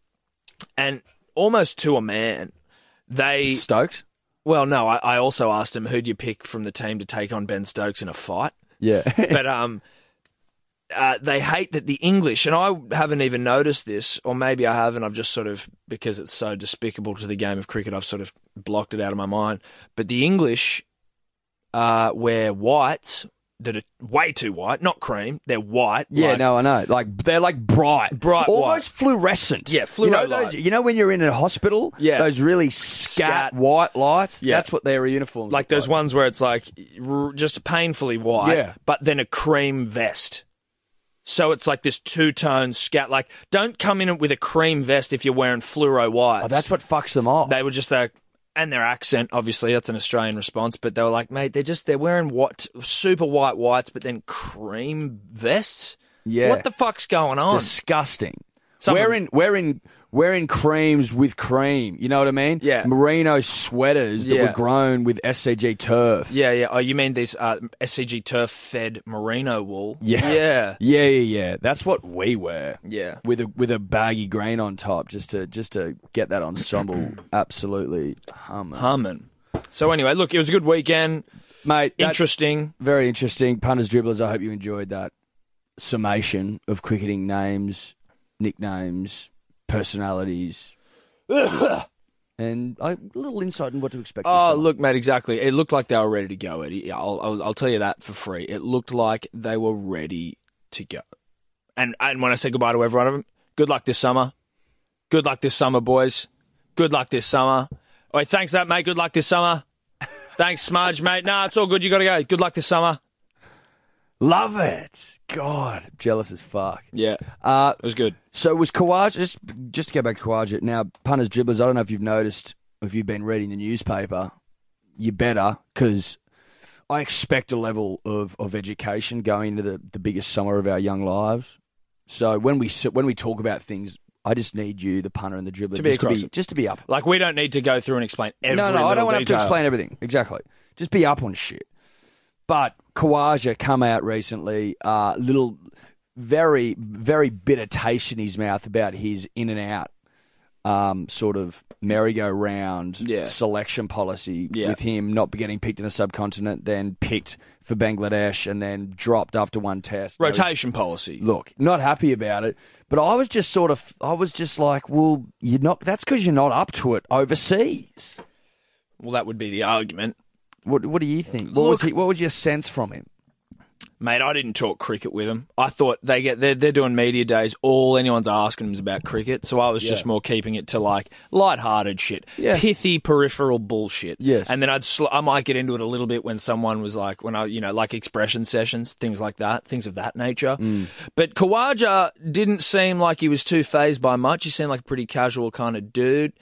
Speaker 3: And almost to a man, they
Speaker 1: Stokes?
Speaker 3: well, no, I, I also asked him, who do you pick from the team to take on Ben Stokes in a fight?
Speaker 1: Yeah. (laughs)
Speaker 3: but um, uh, they hate that the English, and I haven't even noticed this, or maybe I haven't. I've just sort of because it's so despicable to the game of cricket, I've sort of blocked it out of my mind. But the English, uh, where whites that are way too white, not cream, they're white.
Speaker 1: Yeah,
Speaker 3: like-
Speaker 1: no, I know. Like they're like bright,
Speaker 3: Bright
Speaker 1: almost fluorescent.
Speaker 3: Yeah,
Speaker 1: You know,
Speaker 3: fluoro
Speaker 1: those,
Speaker 3: light.
Speaker 1: you know when you're in a hospital,
Speaker 3: Yeah.
Speaker 1: those really scat,
Speaker 3: Scat.
Speaker 1: white lights.
Speaker 3: Yeah.
Speaker 1: that's what their uniforms
Speaker 3: like
Speaker 1: look
Speaker 3: those ones where it's like r- just painfully white,
Speaker 1: Yeah.
Speaker 3: but then a cream vest. So it's like this two tone scat. Like, don't come in with a cream vest if you're wearing fluoro whites.
Speaker 1: Oh, that's what fucks them off.
Speaker 3: they were just like, and their accent, obviously, that's an Australian response. But they were like, mate, they're just they're wearing what super white whites, but then cream vests.
Speaker 1: yeah,
Speaker 3: What the fuck's going on?
Speaker 1: disgusting.
Speaker 3: Some of
Speaker 1: we're
Speaker 3: them-
Speaker 1: in we're in we're in creams with cream. You know what I mean?
Speaker 3: Yeah.
Speaker 1: merino sweaters that
Speaker 3: Yeah.
Speaker 1: were grown with SCG turf.
Speaker 3: yeah, yeah. Oh, you mean these uh, SCG turf fed merino wool?
Speaker 1: Yeah.
Speaker 3: yeah,
Speaker 1: Yeah, yeah, yeah. That's what we wear.
Speaker 3: Yeah.
Speaker 1: with a with a baggy grain on top, just to just to get
Speaker 3: (clears throat)
Speaker 1: that ensemble absolutely humming,
Speaker 3: humming. So anyway, look, it was a good weekend.
Speaker 1: mate. that's-
Speaker 3: Interesting.
Speaker 1: Very interesting. Punters, dribblers, I hope you enjoyed that summation of cricketing names, nicknames, personalities, (coughs) and I- a little insight into what to expect. this
Speaker 3: Oh,
Speaker 1: summer.
Speaker 3: look, mate, exactly. It looked like they were ready to go, Eddie. Yeah, I'll, I'll, I'll tell you that for free. It looked like they were ready to go. And and when I say goodbye to every one of them, good luck this summer. Good luck this summer, boys. Good luck this summer. All right, thanks for that, mate. Good luck this summer. Thanks, Smudge, mate. Nah, it's all good. You got to go. Good luck this summer.
Speaker 1: Love it. God, jealous as fuck.
Speaker 3: Yeah,
Speaker 1: Uh,
Speaker 3: it was good.
Speaker 1: So was Kawaja just just to go back to Kawaja now? Punters, dribblers. I don't know if you've noticed if you've been reading the newspaper. You better because I expect a level of, of education going into the, the biggest summer of our young lives. So when we s- when we talk about things, I just need you, the punter and the dribbler,
Speaker 3: To be
Speaker 1: just, to
Speaker 3: across
Speaker 1: be,
Speaker 3: it.
Speaker 1: just to be up.
Speaker 3: Like we don't need to go through and explain every.
Speaker 1: no, no, I don't
Speaker 3: little
Speaker 1: want to have to
Speaker 3: detail.
Speaker 1: explain everything exactly. Just be up on shit. But Kawaja come out recently, uh, little, very, very bitter taste in his mouth about his in and out um, sort of merry-go-round
Speaker 3: Yeah.
Speaker 1: selection policy
Speaker 3: Yeah.
Speaker 1: with him not getting picked in the subcontinent, then picked for Bangladesh, and then dropped after one test. Now he's-
Speaker 3: rotation policy.
Speaker 1: Look, not happy about it, but I was just sort of, I was just like, well, you're not. That's because you're not up to it overseas.
Speaker 3: Well, that would be the argument.
Speaker 1: What What do you think? What was
Speaker 3: Look-
Speaker 1: he, What was your sense from him?
Speaker 3: Mate, I didn't talk cricket with them. I thought they get they're, they're doing media days. All anyone's asking them is about cricket, so I was just more keeping it to like light-hearted shit,
Speaker 1: Yeah.
Speaker 3: pithy peripheral bullshit.
Speaker 1: Yes.
Speaker 3: and then I'd sl- I might get into it a little bit when someone was like when I you know like expression sessions, things like that, things of that nature.
Speaker 1: Mm.
Speaker 3: But Kawaja didn't seem like he was too phased by much. He seemed like a pretty casual kind of dude.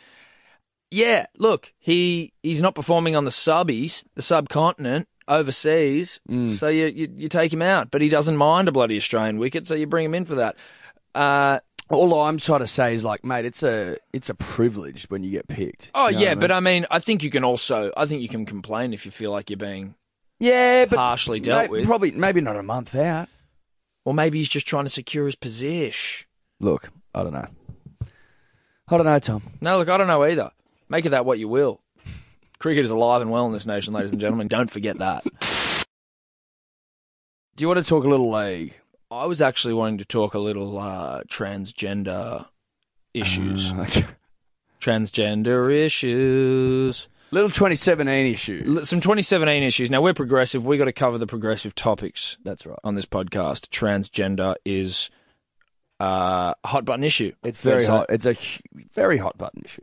Speaker 3: Yeah, look, he he's not performing on the subbies, the subcontinent, overseas.
Speaker 1: Mm.
Speaker 3: So you, you you take him out, but he doesn't mind a bloody Australian wicket, so you bring him in for that. Uh,
Speaker 1: All I'm trying to say is like, mate, it's a it's a privilege when you get picked.
Speaker 3: oh
Speaker 1: You
Speaker 3: yeah,
Speaker 1: know what I mean?
Speaker 3: but I mean, I think you can also, I think you can complain if you feel like you're being.
Speaker 1: yeah, but
Speaker 3: Partially dealt
Speaker 1: mate,
Speaker 3: with.
Speaker 1: Probably maybe not a month out.
Speaker 3: Well, maybe he's just trying to secure his position.
Speaker 1: Look, I don't know. I don't know, Tom.
Speaker 3: No, look, I don't know either. Make of that what you will. Cricket is alive and well in this nation, ladies and gentlemen. Don't forget that.
Speaker 1: Do you want to talk a little league?
Speaker 3: I was actually wanting to talk a little uh, transgender issues.
Speaker 1: Mm, Okay.
Speaker 3: transgender issues.
Speaker 1: Little 2017 issue.
Speaker 3: L- Some 2017 issues. Now we're progressive. We got to cover the progressive topics
Speaker 1: That's right.
Speaker 3: on this podcast. Transgender is uh, a hot button issue.
Speaker 1: It's very
Speaker 3: Fair to
Speaker 1: hot.
Speaker 3: say.
Speaker 1: It's a hu- very hot button issue.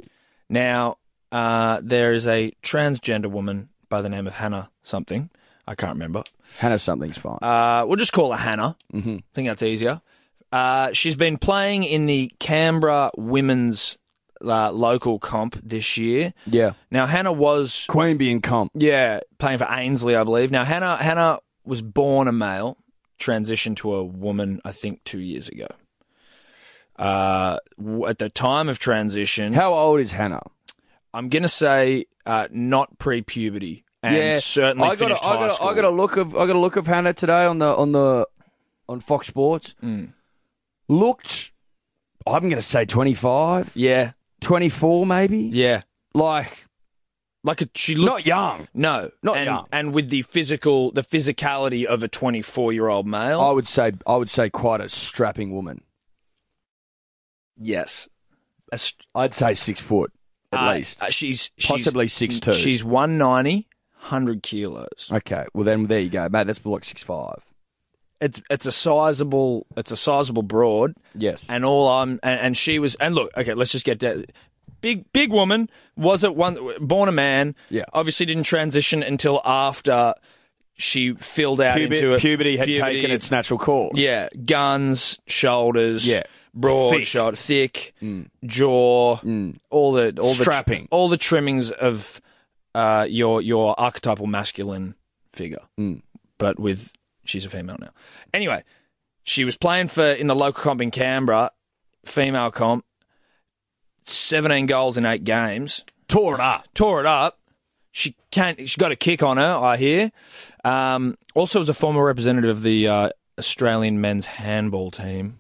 Speaker 3: Now uh, there is a transgender woman by the name of Hannah something. I can't remember.
Speaker 1: Hannah, something's fine.
Speaker 3: Uh, we'll just call her Hannah. Mm-hmm. I think that's easier. Uh, she's been playing in the Canberra women's uh, local comp this year.
Speaker 1: yeah.
Speaker 3: Now Hannah was
Speaker 1: Queen being comp.
Speaker 3: Yeah, playing for Ainsley, I believe. Now Hannah Hannah was born a male, transitioned to a woman, I think, two years ago. Uh, w- at the time of transition,
Speaker 1: How old is Hannah?
Speaker 3: I'm gonna say uh, not pre-puberty, and certainly
Speaker 1: I got
Speaker 3: finished
Speaker 1: a, I
Speaker 3: high
Speaker 1: got a,
Speaker 3: school.
Speaker 1: I got a look of I got a look of Hannah today on the on the on Fox Sports.
Speaker 3: Mm.
Speaker 1: Looked, I'm going to say 25,
Speaker 3: yeah,
Speaker 1: 24 maybe.
Speaker 3: yeah,
Speaker 1: Like
Speaker 3: Like a, she looked
Speaker 1: Not young.
Speaker 3: no,
Speaker 1: not
Speaker 3: and,
Speaker 1: young.
Speaker 3: and with the physical, the physicality of a 24 year old male.
Speaker 1: I would say I would say quite a strapping woman.
Speaker 3: yes, A uh, st-
Speaker 1: I'd say six foot at
Speaker 3: Uh,
Speaker 1: least.
Speaker 3: uh, she's, she's
Speaker 1: Possibly 6'2".
Speaker 3: She's 190, 100 kilos.
Speaker 1: okay, well then there you go, mate. That's block six five.
Speaker 3: It's it's a sizable it's a sizable broad,
Speaker 1: Yes.
Speaker 3: and all I'm and, and she was and look okay. Let's just get down. Big big woman was at one born a man.
Speaker 1: Yeah.
Speaker 3: obviously didn't transition until after she filled out
Speaker 1: Puberty,
Speaker 3: into it.
Speaker 1: puberty had
Speaker 3: Puberty,
Speaker 1: taken its natural course.
Speaker 3: Yeah, guns, shoulders.
Speaker 1: Yeah.
Speaker 3: broad
Speaker 1: Thick. Mm.
Speaker 3: shoulder, thick jaw, all the all
Speaker 1: Strapping.
Speaker 3: the all the trimmings of uh, your your archetypal masculine figure,
Speaker 1: Mm.
Speaker 3: but with she's a female now. Anyway, she was playing for in the local comp in Canberra, female comp. 17 goals in eight games
Speaker 1: Tore it up.
Speaker 3: tore it up. She can't. She got a kick on her, I hear. Um, also, was a former representative of the uh, Australian men's handball team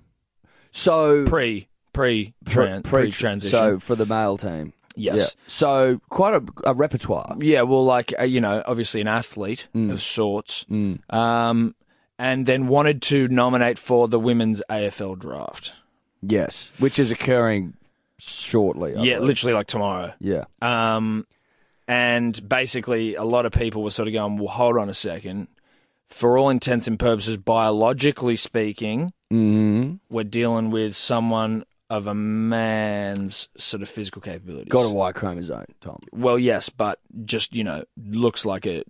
Speaker 1: So
Speaker 3: pre pre
Speaker 1: pre- pre-
Speaker 3: pre transition.
Speaker 1: So for the male team.
Speaker 3: Yes.
Speaker 1: Yeah. So quite a, a repertoire.
Speaker 3: yeah, well, like uh, you know, obviously an athlete
Speaker 1: Mm.
Speaker 3: of sorts, um, and then wanted to nominate for the women's AFL draft.
Speaker 1: Yes. Which is occurring shortly. I
Speaker 3: yeah,
Speaker 1: believe.
Speaker 3: literally like tomorrow.
Speaker 1: Yeah.
Speaker 3: Um, and basically, a lot of people were sort of going, well, hold on a second. For all intents and purposes, biologically speaking,
Speaker 1: Mm-hmm.
Speaker 3: we're dealing with someone of a man's sort of physical capabilities.
Speaker 1: Got a Y chromosome, Tom.
Speaker 3: Well, yes, but just, you know, looks like a.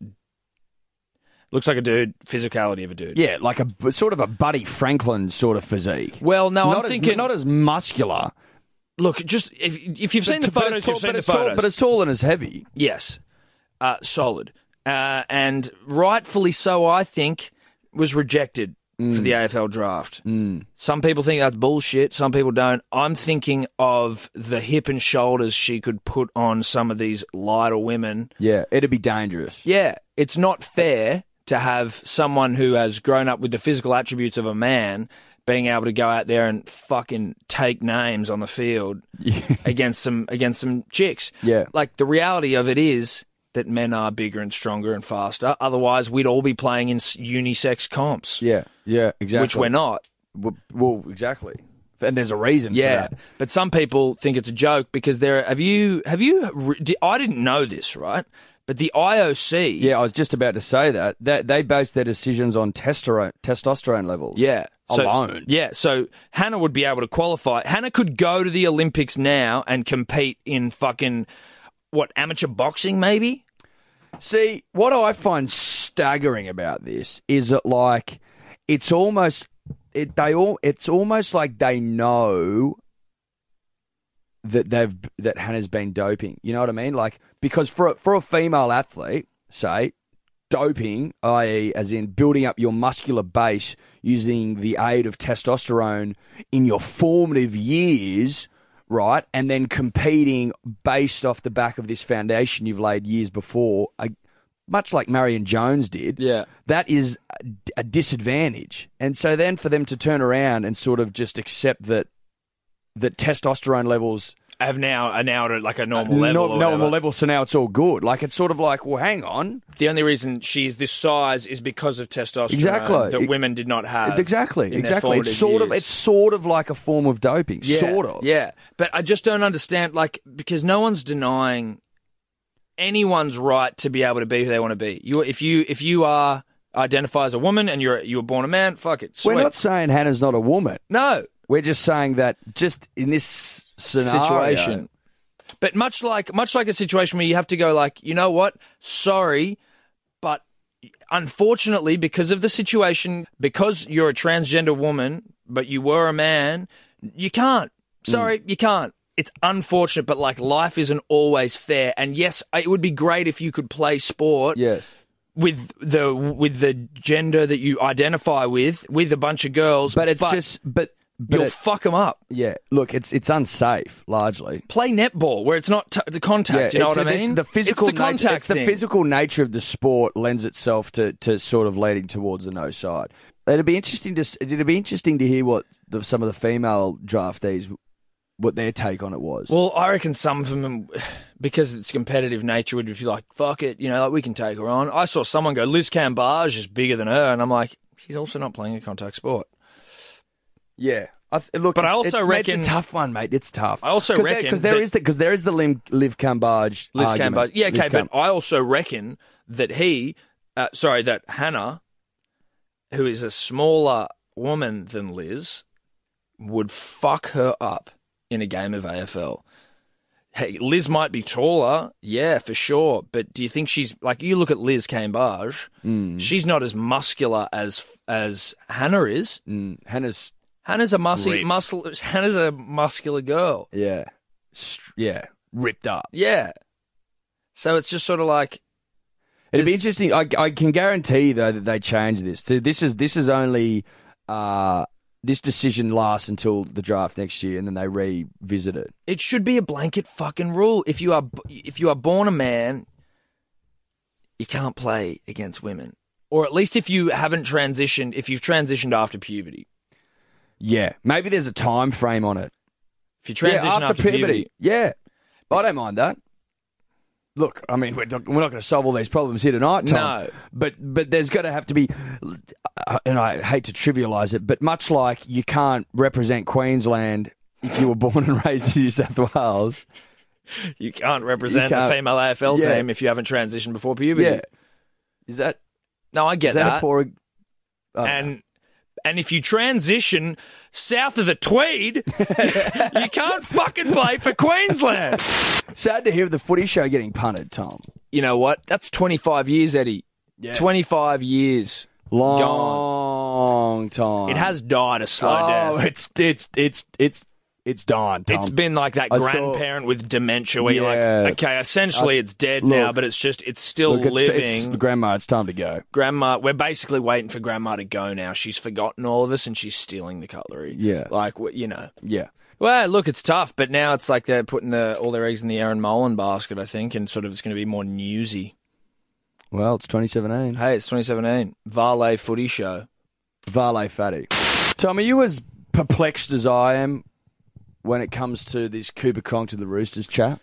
Speaker 3: Looks like a dude, physicality of a dude.
Speaker 1: Yeah, like a sort of a Buddy Franklin sort of physique.
Speaker 3: Well, no,
Speaker 1: not
Speaker 3: I'm
Speaker 1: as,
Speaker 3: thinking.
Speaker 1: not as muscular.
Speaker 3: look, just if if you've seen the
Speaker 1: But
Speaker 3: photos,
Speaker 1: it's
Speaker 3: you've
Speaker 1: tall-
Speaker 3: seen
Speaker 1: but
Speaker 3: the
Speaker 1: it's tall-
Speaker 3: photos.
Speaker 1: but it's tall and as heavy.
Speaker 3: Yes. Uh, solid. Uh, and rightfully so, I think, was rejected for the AFL draft. Some people think that's bullshit. Some people don't. I'm thinking of the hip and shoulders she could put on some of these lighter women.
Speaker 1: Yeah, it'd be dangerous.
Speaker 3: Yeah, it's not fair to have someone who has grown up with the physical attributes of a man being able to go out there and fucking take names on the field (laughs) against some against some chicks.
Speaker 1: Yeah.
Speaker 3: Like the reality of it is that men are bigger and stronger and faster. Otherwise, we'd all be playing in s- unisex comps,
Speaker 1: Yeah, yeah, exactly.
Speaker 3: which we're not.
Speaker 1: W- Well, exactly. And there's a reason
Speaker 3: Yeah.
Speaker 1: for that.
Speaker 3: But some people think it's a joke because there have you have you re- di- I didn't know this, right? But the IOC
Speaker 1: Yeah, I was just about to say that. That they base their decisions on testosterone testosterone levels.
Speaker 3: Yeah. So-
Speaker 1: Alone.
Speaker 3: Yeah. So Hannah would be able to qualify. Hannah could go to the Olympics now and compete in fucking what amateur boxing maybe?
Speaker 1: See, what I find staggering about this is that like it's almost it they all it's almost like they know that they've that Hannah's been doping. You know what I mean? Like because for a, for a female athlete, say doping, i.e., as in building up your muscular base using the aid of testosterone in your formative years, right? And then competing based off the back of this foundation you've laid years before, I, much like Marion Jones did.
Speaker 3: Yeah.
Speaker 1: That is a, a disadvantage. And so then for them to turn around and sort of just accept that that testosterone levels
Speaker 3: Have now are now at like a Uh, normal level.
Speaker 1: no,
Speaker 3: or
Speaker 1: normal
Speaker 3: whatever.
Speaker 1: level so now it's all good like it's sort of like well hang on
Speaker 3: The only reason she is this size is because of testosterone
Speaker 1: Exactly.
Speaker 3: that
Speaker 1: It-
Speaker 3: women did not have. Uh, in
Speaker 1: exactly
Speaker 3: their
Speaker 1: exactly
Speaker 3: formative
Speaker 1: it's sort of
Speaker 3: years.
Speaker 1: it's sort of like a form of doping
Speaker 3: Yeah,
Speaker 1: sort of
Speaker 3: Yeah. But I just don't understand, like, because no one's denying anyone's right to be able to be who they want to be. You, if you, if you are identify as a woman and you're you were born a man, fuck it. sweet.
Speaker 1: we're not saying hannah's not a woman
Speaker 3: no
Speaker 1: we're just saying that just in this scenario,
Speaker 3: situation. But much like much like a situation where you have to go, like, you know what? Sorry, but unfortunately, because of the situation, because you're a transgender woman, but you were a man, you can't. Sorry,
Speaker 1: Mm.
Speaker 3: you can't. It's unfortunate, but like life isn't always fair. And yes, it would be great if you could play sport
Speaker 1: yes
Speaker 3: with the with the gender that you identify with, with a bunch of girls.
Speaker 1: but it's just but but
Speaker 3: you'll
Speaker 1: it-
Speaker 3: fuck them up.
Speaker 1: yeah look it's it's unsafe largely
Speaker 3: play netball where it's not t- the contact. you know
Speaker 1: it's-
Speaker 3: what I
Speaker 1: it's
Speaker 3: mean?
Speaker 1: The physical
Speaker 3: it's the contact
Speaker 1: nature, it's the
Speaker 3: thing.
Speaker 1: physical nature of the sport lends itself to, to sort of leading towards the no side. It'd be interesting to s- it'd be interesting to hear what the, some of the female draftees what their take on it was.
Speaker 3: Well, I reckon some of them, because it's competitive nature, would be like, fuck it, you know, like we can take her on. I saw someone go, Liz Cambage is bigger than her. And I'm like, she's also not playing a contact sport.
Speaker 1: yeah. I th- look,
Speaker 3: But I
Speaker 1: it's-
Speaker 3: also
Speaker 1: it's-
Speaker 3: reckon-
Speaker 1: it's a tough one, mate. It's tough.
Speaker 3: I also
Speaker 1: Cause
Speaker 3: reckon
Speaker 1: because there
Speaker 3: that-
Speaker 1: is the because there is the lim, live Cambage,
Speaker 3: Liz
Speaker 1: argument.
Speaker 3: Cambage. Yeah,
Speaker 1: Liz
Speaker 3: okay,
Speaker 1: Cam-
Speaker 3: but I also reckon that he, uh, sorry, that Hannah, who is a smaller woman than Liz, would fuck her up in a game of AFL. Hey, Liz might be taller, yeah, for sure. But do you think she's like you look at Liz Cambage?
Speaker 1: Hmm.
Speaker 3: She's not as muscular as as Hannah is.
Speaker 1: Mm, Hannah's
Speaker 3: Hannah's a muscle,
Speaker 1: Ripped.
Speaker 3: muscle. (laughs) Hannah's a muscular girl.
Speaker 1: yeah, Str- yeah, ripped up.
Speaker 3: Yeah. So it's just sort of like
Speaker 1: It'd be
Speaker 3: Is-
Speaker 1: interesting. I, I can guarantee you, though that they change this. So this is this is only uh, this decision lasts until the draft next year, and then they revisit it.
Speaker 3: It should be a blanket fucking rule. If you are if you are born a man, you can't play against women, or at least if you haven't transitioned, if you've transitioned after puberty,
Speaker 1: Yeah, maybe there's a time frame on it.
Speaker 3: if you transition
Speaker 1: yeah,
Speaker 3: after, puberty,
Speaker 1: Yeah, I don't mind that. Look, I mean, we're not, we're not going to solve all these problems here tonight, Tom.
Speaker 3: No.
Speaker 1: But but there's got to have to be, uh, and I hate to trivialise it, but much like you can't represent Queensland if you were born and (laughs) raised in New South Wales.
Speaker 3: you can't represent
Speaker 1: You can't.
Speaker 3: a female AFL
Speaker 1: Yeah.
Speaker 3: team if you haven't transitioned before puberty.
Speaker 1: Yeah, is that
Speaker 3: No, I get
Speaker 1: Is that,
Speaker 3: that.
Speaker 1: a poor? I don't know.
Speaker 3: and and if you transition south of the Tweed, (laughs) you can't fucking play for Queensland.
Speaker 1: sad to hear the footy show getting punted, Tom.
Speaker 3: You know what? That's twenty five years, Eddie.
Speaker 1: Yeah.
Speaker 3: Twenty five years.
Speaker 1: Long time.
Speaker 3: It has died a slow
Speaker 1: Um, Oh,
Speaker 3: death.
Speaker 1: it's it's it's it's it's done. Tom.
Speaker 3: It's been like that
Speaker 1: I saw-
Speaker 3: grandparent with dementia where you're
Speaker 1: Yeah.
Speaker 3: like, okay, essentially it's dead
Speaker 1: look.
Speaker 3: now, but it's just, it's still
Speaker 1: Look, it's,
Speaker 3: living.
Speaker 1: it's- grandma. It's time to go.
Speaker 3: Grandma, we're basically waiting for grandma to go now. She's forgotten all of us and she's stealing the cutlery.
Speaker 1: Yeah.
Speaker 3: Like, wh- you know.
Speaker 1: Yeah.
Speaker 3: Well, look, it's tough, but now it's like they're putting the, all their eggs in the Aaron Mullen basket, I think, and sort of it's going to be more newsy.
Speaker 1: Well, it's 2017.
Speaker 3: Hey, it's 2017. Varley Footy Show.
Speaker 1: Vale fatty. Tom, are you as perplexed as I am when it comes to this Cooper Cronk to the Roosters chat?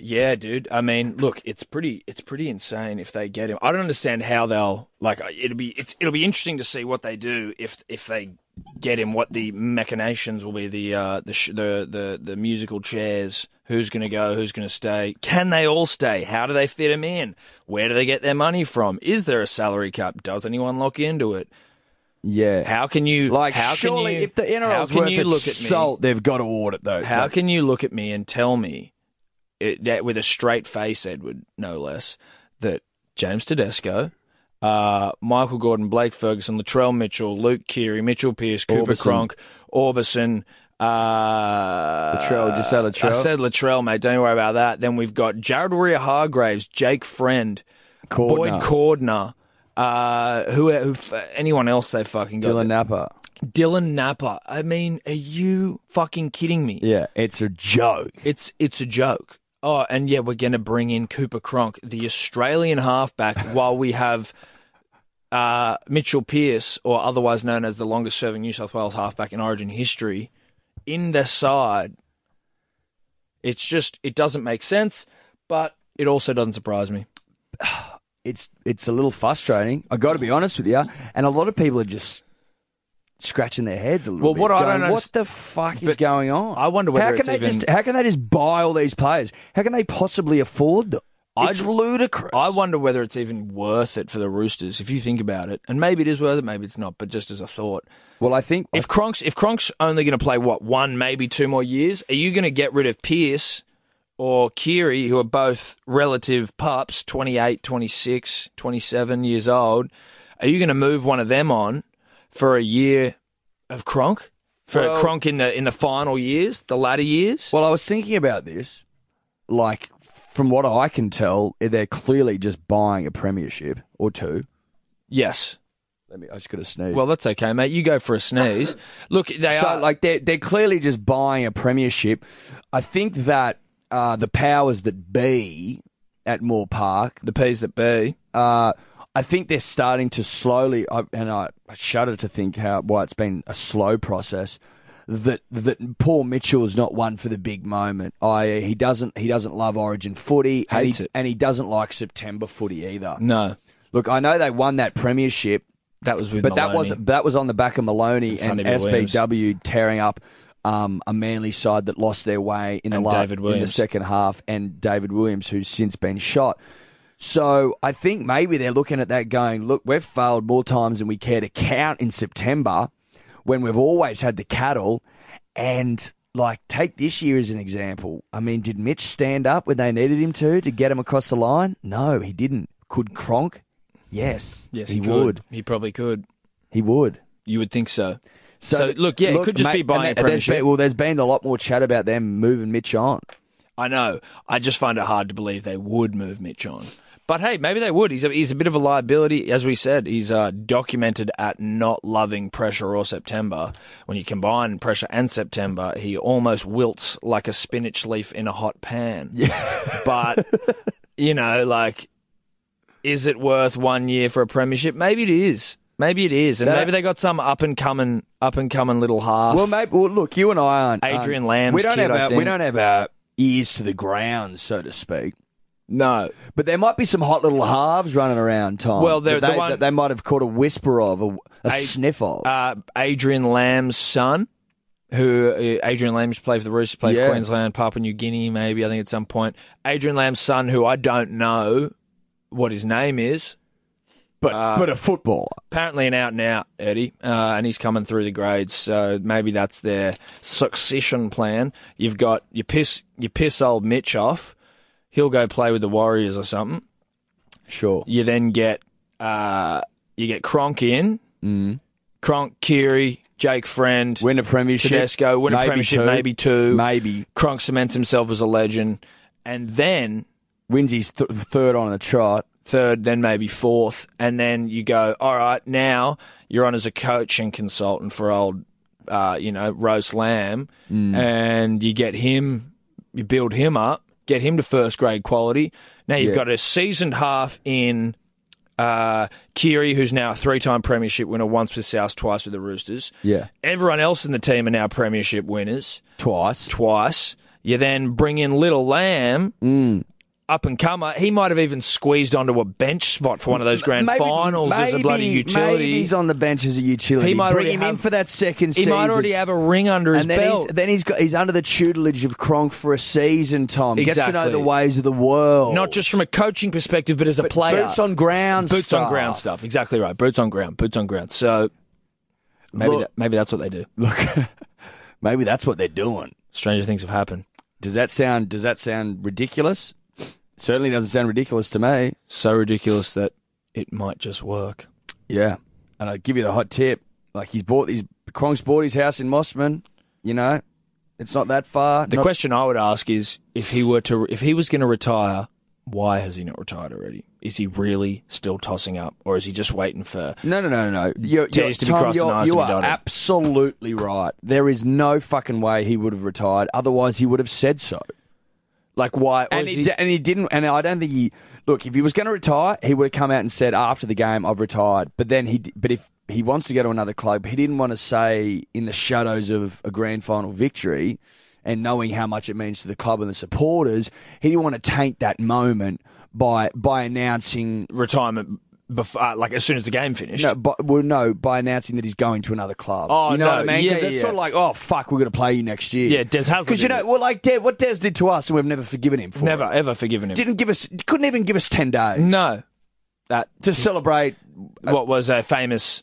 Speaker 3: Yeah, dude. I mean, look, it's pretty it's pretty insane if they get him. I don't understand how they'll like it'll be it's it'll be interesting to see what they do if if they get him what the machinations will be the uh the sh- the the, the musical chairs who's going to go who's going to stay can they all stay how do they fit him in where do they get their money from is there a salary cap does anyone lock into it
Speaker 1: Yeah.
Speaker 3: how can you
Speaker 1: like,
Speaker 3: how
Speaker 1: surely
Speaker 3: can you,
Speaker 1: if the
Speaker 3: how
Speaker 1: NRL's
Speaker 3: can
Speaker 1: worth
Speaker 3: you
Speaker 1: its
Speaker 3: look at me
Speaker 1: salt, they've got to audit though.
Speaker 3: how can you look at me and tell me, it, that with a straight face, Edward, no less, that James Tedesco, uh, Michael Gordon, Blake Ferguson, Latrell Mitchell, Luke Keary, Mitchell Pearce, Cooper
Speaker 1: Orbison.
Speaker 3: Cronk, Orbison, uh,
Speaker 1: Latrell, just say Latrell.
Speaker 3: I said Latrell, mate. Don't worry about that. Then we've got Jared Warrior Hargraves, Jake Friend, Boyd Cordner.
Speaker 1: Cordner.
Speaker 3: Uh, who, who, anyone else they fucking got?
Speaker 1: Dylan Napa?
Speaker 3: Dylan Napper. I mean, are you fucking kidding me?
Speaker 1: Yeah, it's a joke.
Speaker 3: It's it's a joke. Oh, and yeah, we're gonna bring in Cooper Cronk, the Australian halfback, (laughs) while we have uh, Mitchell Pearce, or otherwise known as the longest-serving New South Wales halfback in Origin history, in their side. It's just it doesn't make sense, but it also doesn't surprise me.
Speaker 1: it's it's a little frustrating. I got to be honest with you, and a lot of people are just scratching their heads a little
Speaker 3: Well,
Speaker 1: bit.
Speaker 3: what I
Speaker 1: going,
Speaker 3: don't
Speaker 1: what
Speaker 3: underst-
Speaker 1: the fuck is going on?
Speaker 3: I wonder whether
Speaker 1: how can
Speaker 3: it's
Speaker 1: they
Speaker 3: even-
Speaker 1: just how can they just buy all these players? How can they possibly afford them?
Speaker 3: I-
Speaker 1: It's ludicrous.
Speaker 3: I wonder whether it's even worth it for the Roosters if you think about it, and maybe it is worth it, maybe it's not, but just as a thought.
Speaker 1: well, I think
Speaker 3: If Cronk's if Cronk's only going to play what one maybe two more years, are you going to get rid of Pierce or Keary, who are both relative pups, 28, 26, 27 years old? Are you going to move one of them on for a year of Cronk for
Speaker 1: Well-
Speaker 3: Cronk in the in the final years, the latter years?
Speaker 1: well, I was thinking about this. Like from what I can tell, they're clearly just buying a premiership or two.
Speaker 3: yes.
Speaker 1: Let me. I just got to sneeze.
Speaker 3: Well, that's okay, mate. You go for a sneeze. Look, they
Speaker 1: so
Speaker 3: are
Speaker 1: like they're they're clearly just buying a premiership. I think that uh, the powers that be at Moore Park,
Speaker 3: the P's that be.
Speaker 1: uh, I think they're starting to slowly, I- and I, I shudder to think how why it's been a slow process. that that Paul Mitchell's not one for the big moment. I e, he doesn't he doesn't love Origin footy, and
Speaker 3: Hates
Speaker 1: he,
Speaker 3: it.
Speaker 1: and he doesn't like September footy either.
Speaker 3: No,
Speaker 1: Look, I know they won that premiership,
Speaker 3: that was with.
Speaker 1: but that
Speaker 3: Maloney.
Speaker 1: was that was on the back of Maloney and,
Speaker 3: Sonny Bill
Speaker 1: SBW tearing up um, a Manly side that lost their way in
Speaker 3: And
Speaker 1: the la-
Speaker 3: David
Speaker 1: in the
Speaker 3: Williams.
Speaker 1: second half, and David Williams, who's since been shot. So I think maybe they're looking at that going, look, we've failed more times than we care to count in September, when we've always had the cattle, and. Like, take this year as an example. I mean, did Mitch stand up when they needed him to to get him across the line? No, he didn't. Could Cronk? Yes.
Speaker 3: Yes, he,
Speaker 1: he,
Speaker 3: could.
Speaker 1: would.
Speaker 3: He probably could.
Speaker 1: He would.
Speaker 3: You would think so. So, look, yeah, it could just
Speaker 1: mate,
Speaker 3: be buying
Speaker 1: and
Speaker 3: a
Speaker 1: there's
Speaker 3: premiership.
Speaker 1: been- well, there's been a lot more chat about them moving Mitch on.
Speaker 3: I know. I just find it hard to believe they would move Mitch on. But hey, maybe they would. He's a, he's a bit of a liability, as we said. He's uh, documented at not loving pressure or September. When you combine pressure and September, he almost wilts like a spinach leaf in a hot pan. Yeah. (laughs) But you know, like, is it worth one year for a premiership? Maybe it is. Maybe it is, and
Speaker 1: That-
Speaker 3: maybe they got some up and coming, up and coming little half.
Speaker 1: Well, mate, well, look, you and I aren't aren't-
Speaker 3: Adrian Lamb's
Speaker 1: Um, We don't
Speaker 3: kid,
Speaker 1: have
Speaker 3: I
Speaker 1: our, we
Speaker 3: think.
Speaker 1: don't have our ears to the ground, so to speak.
Speaker 3: no,
Speaker 1: But there might be some hot little halves running around, Tom.
Speaker 3: Well, the-
Speaker 1: that they,
Speaker 3: the one-
Speaker 1: that they might have caught a whisper of, a, a
Speaker 3: Ad-
Speaker 1: sniff of.
Speaker 3: uh, Adrian Lamb's son, who uh, Adrian Lamb used to play for the Roosters, played
Speaker 1: Yeah.
Speaker 3: for Queensland, Papua New Guinea, maybe I think at some point. Adrian Lamb's son, who I don't know what his name is,
Speaker 1: but
Speaker 3: uh,
Speaker 1: but a footballer.
Speaker 3: apparently an out and out Eddie, uh, and he's coming through the grades. So maybe that's their succession plan. You've got you piss you piss old Mitch off. He'll go play with the Warriors or something.
Speaker 1: Sure.
Speaker 3: You then get uh, you get Cronk in, Mm. Cronk, Kiri, Jake Friend,
Speaker 1: Win a premiership.
Speaker 3: Tedesco, win a premiership, maybe two.
Speaker 1: Maybe.
Speaker 3: Cronk cements himself as a legend, and then
Speaker 1: Wins his th- third on the chart.
Speaker 3: third, then maybe fourth, and then you go, all right, now you're on as a coach and consultant for old, uh, you know, Rose Lamb,
Speaker 1: Mm.
Speaker 3: and you get him, you build him up, get him to first grade quality. Now you've
Speaker 1: Yeah.
Speaker 3: got a seasoned half in uh, Kiri, who's now a three-time premiership winner, once with South, twice with the Roosters.
Speaker 1: Yeah.
Speaker 3: Everyone else in the team are now premiership winners
Speaker 1: Twice.
Speaker 3: twice. You then bring in Little Lamb,
Speaker 1: Mm.
Speaker 3: up and comer. He might have even squeezed onto a bench spot for one of those grand
Speaker 1: Maybe-
Speaker 3: finals as a bloody
Speaker 1: maybe- Maybe
Speaker 3: utility.
Speaker 1: he's on the bench as a utility.
Speaker 3: He might
Speaker 1: Bring
Speaker 3: already
Speaker 1: him in
Speaker 3: have-
Speaker 1: for that second
Speaker 3: he
Speaker 1: season.
Speaker 3: might already have a ring under his
Speaker 1: and then he's,
Speaker 3: belt.
Speaker 1: then he's got he's under the tutelage of Cronk for a season. Tom gets to know
Speaker 3: Exactly.
Speaker 1: the ways of the world,
Speaker 3: Not just from a coaching perspective, but as a player.
Speaker 1: boots on ground,
Speaker 3: Boots
Speaker 1: stuff.
Speaker 3: on ground stuff. Exactly right. Boots on ground. Boots on ground. So maybe
Speaker 1: Look-
Speaker 3: that, maybe that's what they do.
Speaker 1: Look, (laughs) maybe that's what they're doing.
Speaker 3: Stranger things have happened.
Speaker 1: Does that sound Does that sound ridiculous? Certainly doesn't sound ridiculous to me.
Speaker 3: So ridiculous that it might just work.
Speaker 1: Yeah, and I give you the hot tip. Like he's bought these Cronk's bought his house in Mossman. You know, it's not that far.
Speaker 3: The
Speaker 1: Not-
Speaker 3: question I would ask is if he were to if he was going to retire, why has he not retired already? Is he really still tossing up, or is he just waiting for?
Speaker 1: No, no, no, no, no. You're,
Speaker 3: T's
Speaker 1: you're,
Speaker 3: to be
Speaker 1: Tom,
Speaker 3: crossed and
Speaker 1: you're,
Speaker 3: I's
Speaker 1: you
Speaker 3: to be
Speaker 1: are
Speaker 3: dotted.
Speaker 1: absolutely right. There is no fucking way he would have retired. Otherwise, he would have said so.
Speaker 3: Like why? or
Speaker 1: And
Speaker 3: is
Speaker 1: he,
Speaker 3: he-
Speaker 1: di- and he didn't. And I don't think he. Look, if he was going to retire, he would have come out and said after the game, "I've retired." But then he. d- But if he wants to go to another club, he didn't want to say in the shadows of a grand final victory, and knowing how much it means to the club and the supporters, he didn't want to taint that moment by by announcing
Speaker 3: retirement before, uh, like as soon as the game finished.
Speaker 1: No, but, well, no, by announcing that he's going to another club.
Speaker 3: Oh,
Speaker 1: you know
Speaker 3: no,
Speaker 1: what I mean?
Speaker 3: yeah,
Speaker 1: Because it's
Speaker 3: yeah.
Speaker 1: sort of like, oh fuck, we're going to play you next year.
Speaker 3: Yeah, Des Hasler
Speaker 1: Because you
Speaker 3: did
Speaker 1: know,
Speaker 3: it.
Speaker 1: well, like Des, what Des did to us, and we've never forgiven him for.
Speaker 3: Never
Speaker 1: it.
Speaker 3: ever forgiven him.
Speaker 1: didn't give us, couldn't even give us ten days
Speaker 3: no, that
Speaker 1: to celebrate. Uh,
Speaker 3: what was a famous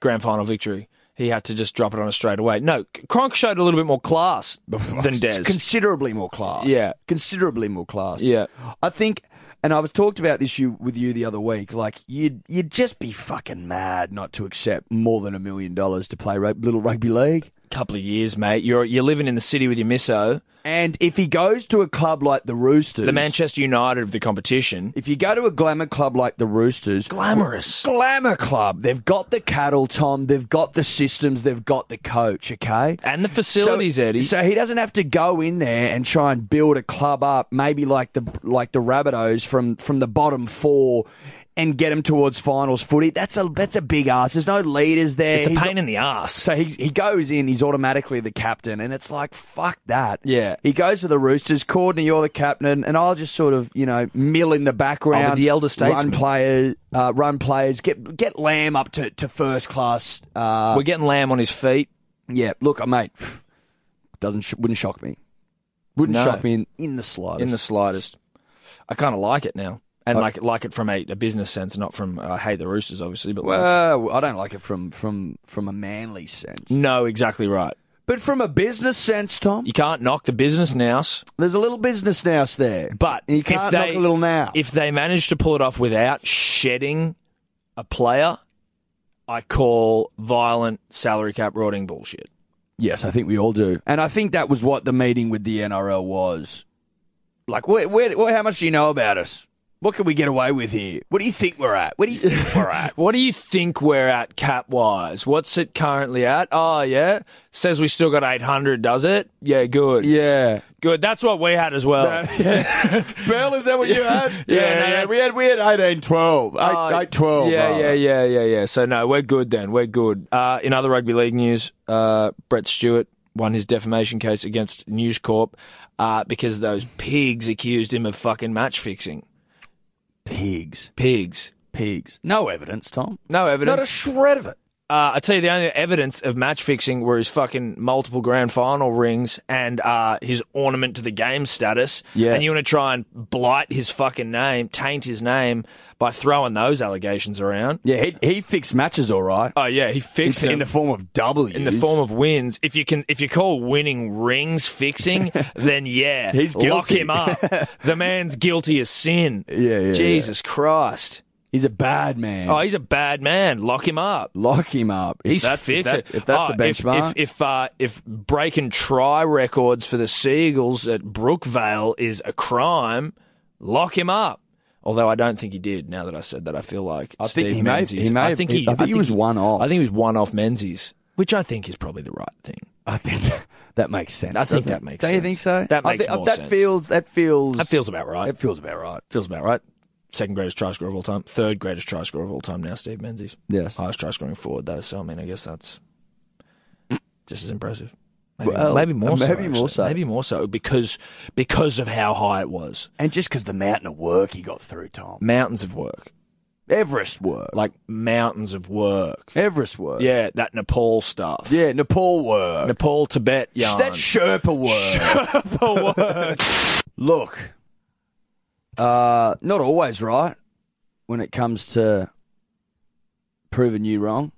Speaker 3: grand final victory. He had to just drop it on us straight away. No, Cronk showed a little bit more
Speaker 1: (laughs)
Speaker 3: class than Des.
Speaker 1: considerably more class.
Speaker 3: Yeah.
Speaker 1: considerably more class.
Speaker 3: Yeah.
Speaker 1: I think, and I was talked about this you with you the other week. Like you'd you'd just be fucking mad not to accept more than a million dollars to play rug- little rugby league.
Speaker 3: Couple of years, mate. You're you're living in the city with your misso,
Speaker 1: And if he goes to a club like the Roosters,
Speaker 3: the Manchester United of the competition.
Speaker 1: If you go to a glamour club like the Roosters,
Speaker 3: Glamorous.
Speaker 1: glamour club, they've got the cattle, Tom. They've got the systems. They've got the coach. Okay,
Speaker 3: And the facilities,
Speaker 1: so,
Speaker 3: Eddie.
Speaker 1: So he doesn't have to go in there and try and build a club up, maybe like the like the Rabbitohs from from the bottom four and get him towards finals footy. That's a that's a big ass. There's no leaders there.
Speaker 3: It's a
Speaker 1: He's-
Speaker 3: pain in the ass.
Speaker 1: So he he goes in, he's automatically the captain, and it's like fuck that.
Speaker 3: Yeah.
Speaker 1: He goes to the Roosters, Cordner, you're the captain, and I'll just sort of you know mill in the background,
Speaker 3: Oh, with the elder
Speaker 1: run
Speaker 3: statesman.
Speaker 1: players, uh, run players, get get Lamb up to, to first class. Uh,
Speaker 3: We're getting Lamb on his feet.
Speaker 1: yeah, look, uh, mate, (sighs) doesn't sh- wouldn't shock me, wouldn't
Speaker 3: No.
Speaker 1: shock me in, in the slightest.
Speaker 3: In the slightest. I kind of like it now, and like like it from a, a business sense, not from I hate the Roosters, obviously, but like,
Speaker 1: well, I don't like it from from from a manly sense,
Speaker 3: no, exactly right.
Speaker 1: but from a business sense, Tom,
Speaker 3: You can't knock the business nouse,
Speaker 1: there's a little business nous there,
Speaker 3: but
Speaker 1: And you
Speaker 3: if
Speaker 1: can't
Speaker 3: they
Speaker 1: knock a little now.
Speaker 3: if they manage to pull it off without shedding a player, I call violent salary cap rotting bullshit.
Speaker 1: Yes, I think we all do. And I think that was what the meeting with the NRL was. Like, where, where, where, how much do you know about us? What can we get away with here? What do you think we're at? Where do you think we're at?
Speaker 3: What do you think we're at cap wise? What's it currently at? Oh yeah, says we still got eight hundred, does it? Yeah, good,
Speaker 1: (laughs) Yeah.
Speaker 3: good. That's what we had as well.
Speaker 1: Bill, is that what you had?
Speaker 3: Yeah,
Speaker 1: (laughs) Yeah, Oh,
Speaker 3: no,
Speaker 1: yeah.
Speaker 3: that's-
Speaker 1: we had we had 18 12. Eight,
Speaker 3: Uh,
Speaker 1: eight, 12
Speaker 3: Yeah,
Speaker 1: rather.
Speaker 3: yeah, yeah, yeah, yeah. So no, we're good then. We're good. Uh, in other rugby league news, uh, Brett Stewart won his defamation case against News Corp uh, because those pigs accused him of fucking match fixing.
Speaker 1: Pigs.
Speaker 3: Pigs.
Speaker 1: Pigs. No evidence, Tom.
Speaker 3: No
Speaker 1: Not a
Speaker 3: evidence.
Speaker 1: shred of it.
Speaker 3: uh, I tell you, the only evidence of match fixing were his fucking multiple grand final rings and uh, his ornament to the game status.
Speaker 1: Yeah.
Speaker 3: And you want to try and blight his fucking name, taint his name by throwing those allegations around.
Speaker 1: Yeah, he, he fixed matches all right.
Speaker 3: Oh yeah, he fixed
Speaker 1: in
Speaker 3: them.
Speaker 1: the form of W's.
Speaker 3: in the form of wins. If you can, if you call winning rings
Speaker 1: (laughs)
Speaker 3: fixing, then yeah,
Speaker 1: He's
Speaker 3: lock
Speaker 1: guilty.
Speaker 3: him up.
Speaker 1: (laughs)
Speaker 3: the man's guilty as sin.
Speaker 1: yeah, yeah.
Speaker 3: Jesus Christ!
Speaker 1: He's a bad man.
Speaker 3: Oh, he's a bad man. Lock him up.
Speaker 1: Lock him up. If
Speaker 3: He's
Speaker 1: that's, if
Speaker 3: fixed.
Speaker 1: that- If that's
Speaker 3: Oh,
Speaker 1: the benchmark.
Speaker 3: if if if, uh, if breaking try records for the Seagulls at Brookvale is a crime, lock him up. Although I don't think he did. Now that I said that, I feel like
Speaker 1: I
Speaker 3: Steve
Speaker 1: think he may.
Speaker 3: Menzies.
Speaker 1: He may.
Speaker 3: I
Speaker 1: have-
Speaker 3: think he.
Speaker 1: I think he was one off.
Speaker 3: I think he was one off Menzies, which I think is probably the right thing.
Speaker 1: I think that, that makes sense.
Speaker 3: I think
Speaker 1: doesn't
Speaker 3: that
Speaker 1: it?
Speaker 3: makes
Speaker 1: Don't you
Speaker 3: sense.
Speaker 1: think so?
Speaker 3: That
Speaker 1: I
Speaker 3: makes
Speaker 1: thi- I-
Speaker 3: more
Speaker 1: that
Speaker 3: sense.
Speaker 1: Feels, that feels.
Speaker 3: That feels about right.
Speaker 1: That feels about right.
Speaker 3: Feels about right. Second greatest try scorer of all time. Third greatest try scorer of all time now, Steve Menzies.
Speaker 1: Yes.
Speaker 3: Highest try scoring forward, though. So, I mean, I guess that's just as impressive. Maybe,
Speaker 1: Well,
Speaker 3: maybe more so.
Speaker 1: maybe more
Speaker 3: actually.
Speaker 1: so.
Speaker 3: Maybe more so because, because of how high it was.
Speaker 1: And just because the mountain of work he got through, Tom.
Speaker 3: Mountains of work.
Speaker 1: Everest work.
Speaker 3: Like, mountains of work.
Speaker 1: Everest work.
Speaker 3: Yeah, that Nepal stuff.
Speaker 1: Yeah, Nepal work.
Speaker 3: Nepal, Tibet, yarn.
Speaker 1: That Sherpa work. Sherpa work. (laughs) Look, uh, not always right when it comes to proving you wrong.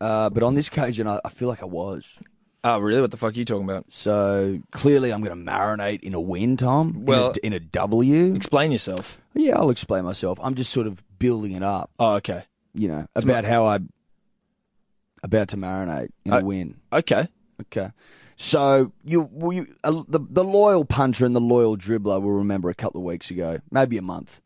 Speaker 1: Uh, but on this occasion, I, I feel like I was.
Speaker 3: oh, really? What the fuck are you talking about?
Speaker 1: So clearly, I'm going to marinate in a win, Tom.
Speaker 3: Well-
Speaker 1: in a, in a W.
Speaker 3: Explain yourself.
Speaker 1: Yeah, I'll explain myself. I'm just sort of building it up,
Speaker 3: Oh, okay.
Speaker 1: you know, about how I'm about to marinate in a
Speaker 3: I-
Speaker 1: win.
Speaker 3: Okay.
Speaker 1: Okay. So you, will you uh, the the loyal punter and the loyal dribbler will remember a couple of weeks ago, maybe a month.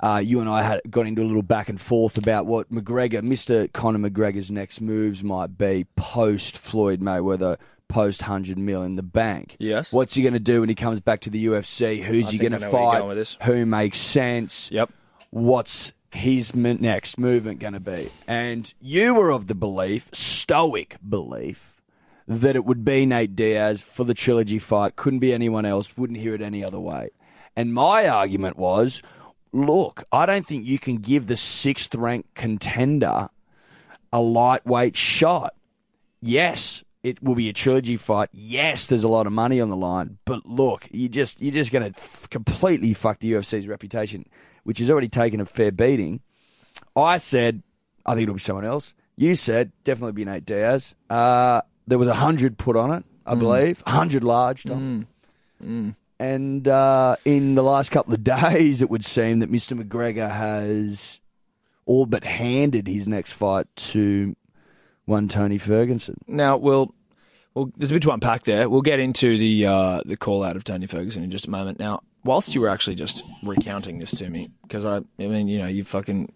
Speaker 1: Uh, you and I had got into a little back and forth about what McGregor, Mister Conor McGregor's next moves might be post Floyd Mayweather, post hundred mil in the bank.
Speaker 3: Yes.
Speaker 1: What's he going to do when he comes back to the UFC? Who's
Speaker 3: I
Speaker 1: he
Speaker 3: think
Speaker 1: going to
Speaker 3: I know where you're
Speaker 1: fight?
Speaker 3: going with this.
Speaker 1: Who makes sense?
Speaker 3: Yep.
Speaker 1: what's his m- next movement going to be? And you were of the belief, stoic belief, that it would be Nate Diaz for the trilogy fight. Couldn't be anyone else. Wouldn't hear it any other way. And my argument was, look, I don't think you can give the sixth ranked contender a lightweight shot. Yes, it will be a trilogy fight. Yes, there's a lot of money on the line. But look, you just you're just going to f- completely fuck the UFC's reputation, which has already taken a fair beating. I said I think it'll be someone else. You said definitely be Nate Diaz. Uh, there was a hundred put on it, I believe, hundred large. Tom. And uh, in the last couple of (laughs) days, it would seem that Mr. McGregor has all but handed his next fight to one Tony Ferguson.
Speaker 3: Now, we'll, well, there's a bit to unpack there. We'll get into the uh, the call out of Tony Ferguson in just a moment. Now, whilst you were actually just recounting this to me, because I, I mean, you know, you fucking,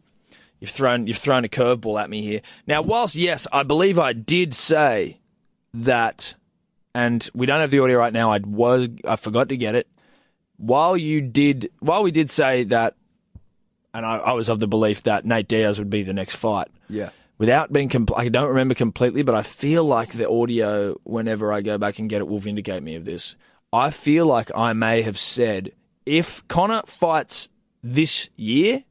Speaker 3: you've thrown you've thrown a curveball at me here. Now, whilst yes, I believe I did say that, and we don't have the audio right now. I was I forgot to get it. While you did, while we did say that and I, I was of the belief that Nate Diaz would be the next fight.
Speaker 1: Yeah.
Speaker 3: Without being, compl- I don't remember completely, but I feel like the audio, whenever I go back and get it, will vindicate me of this. I feel like I may have said if Connor fights this year,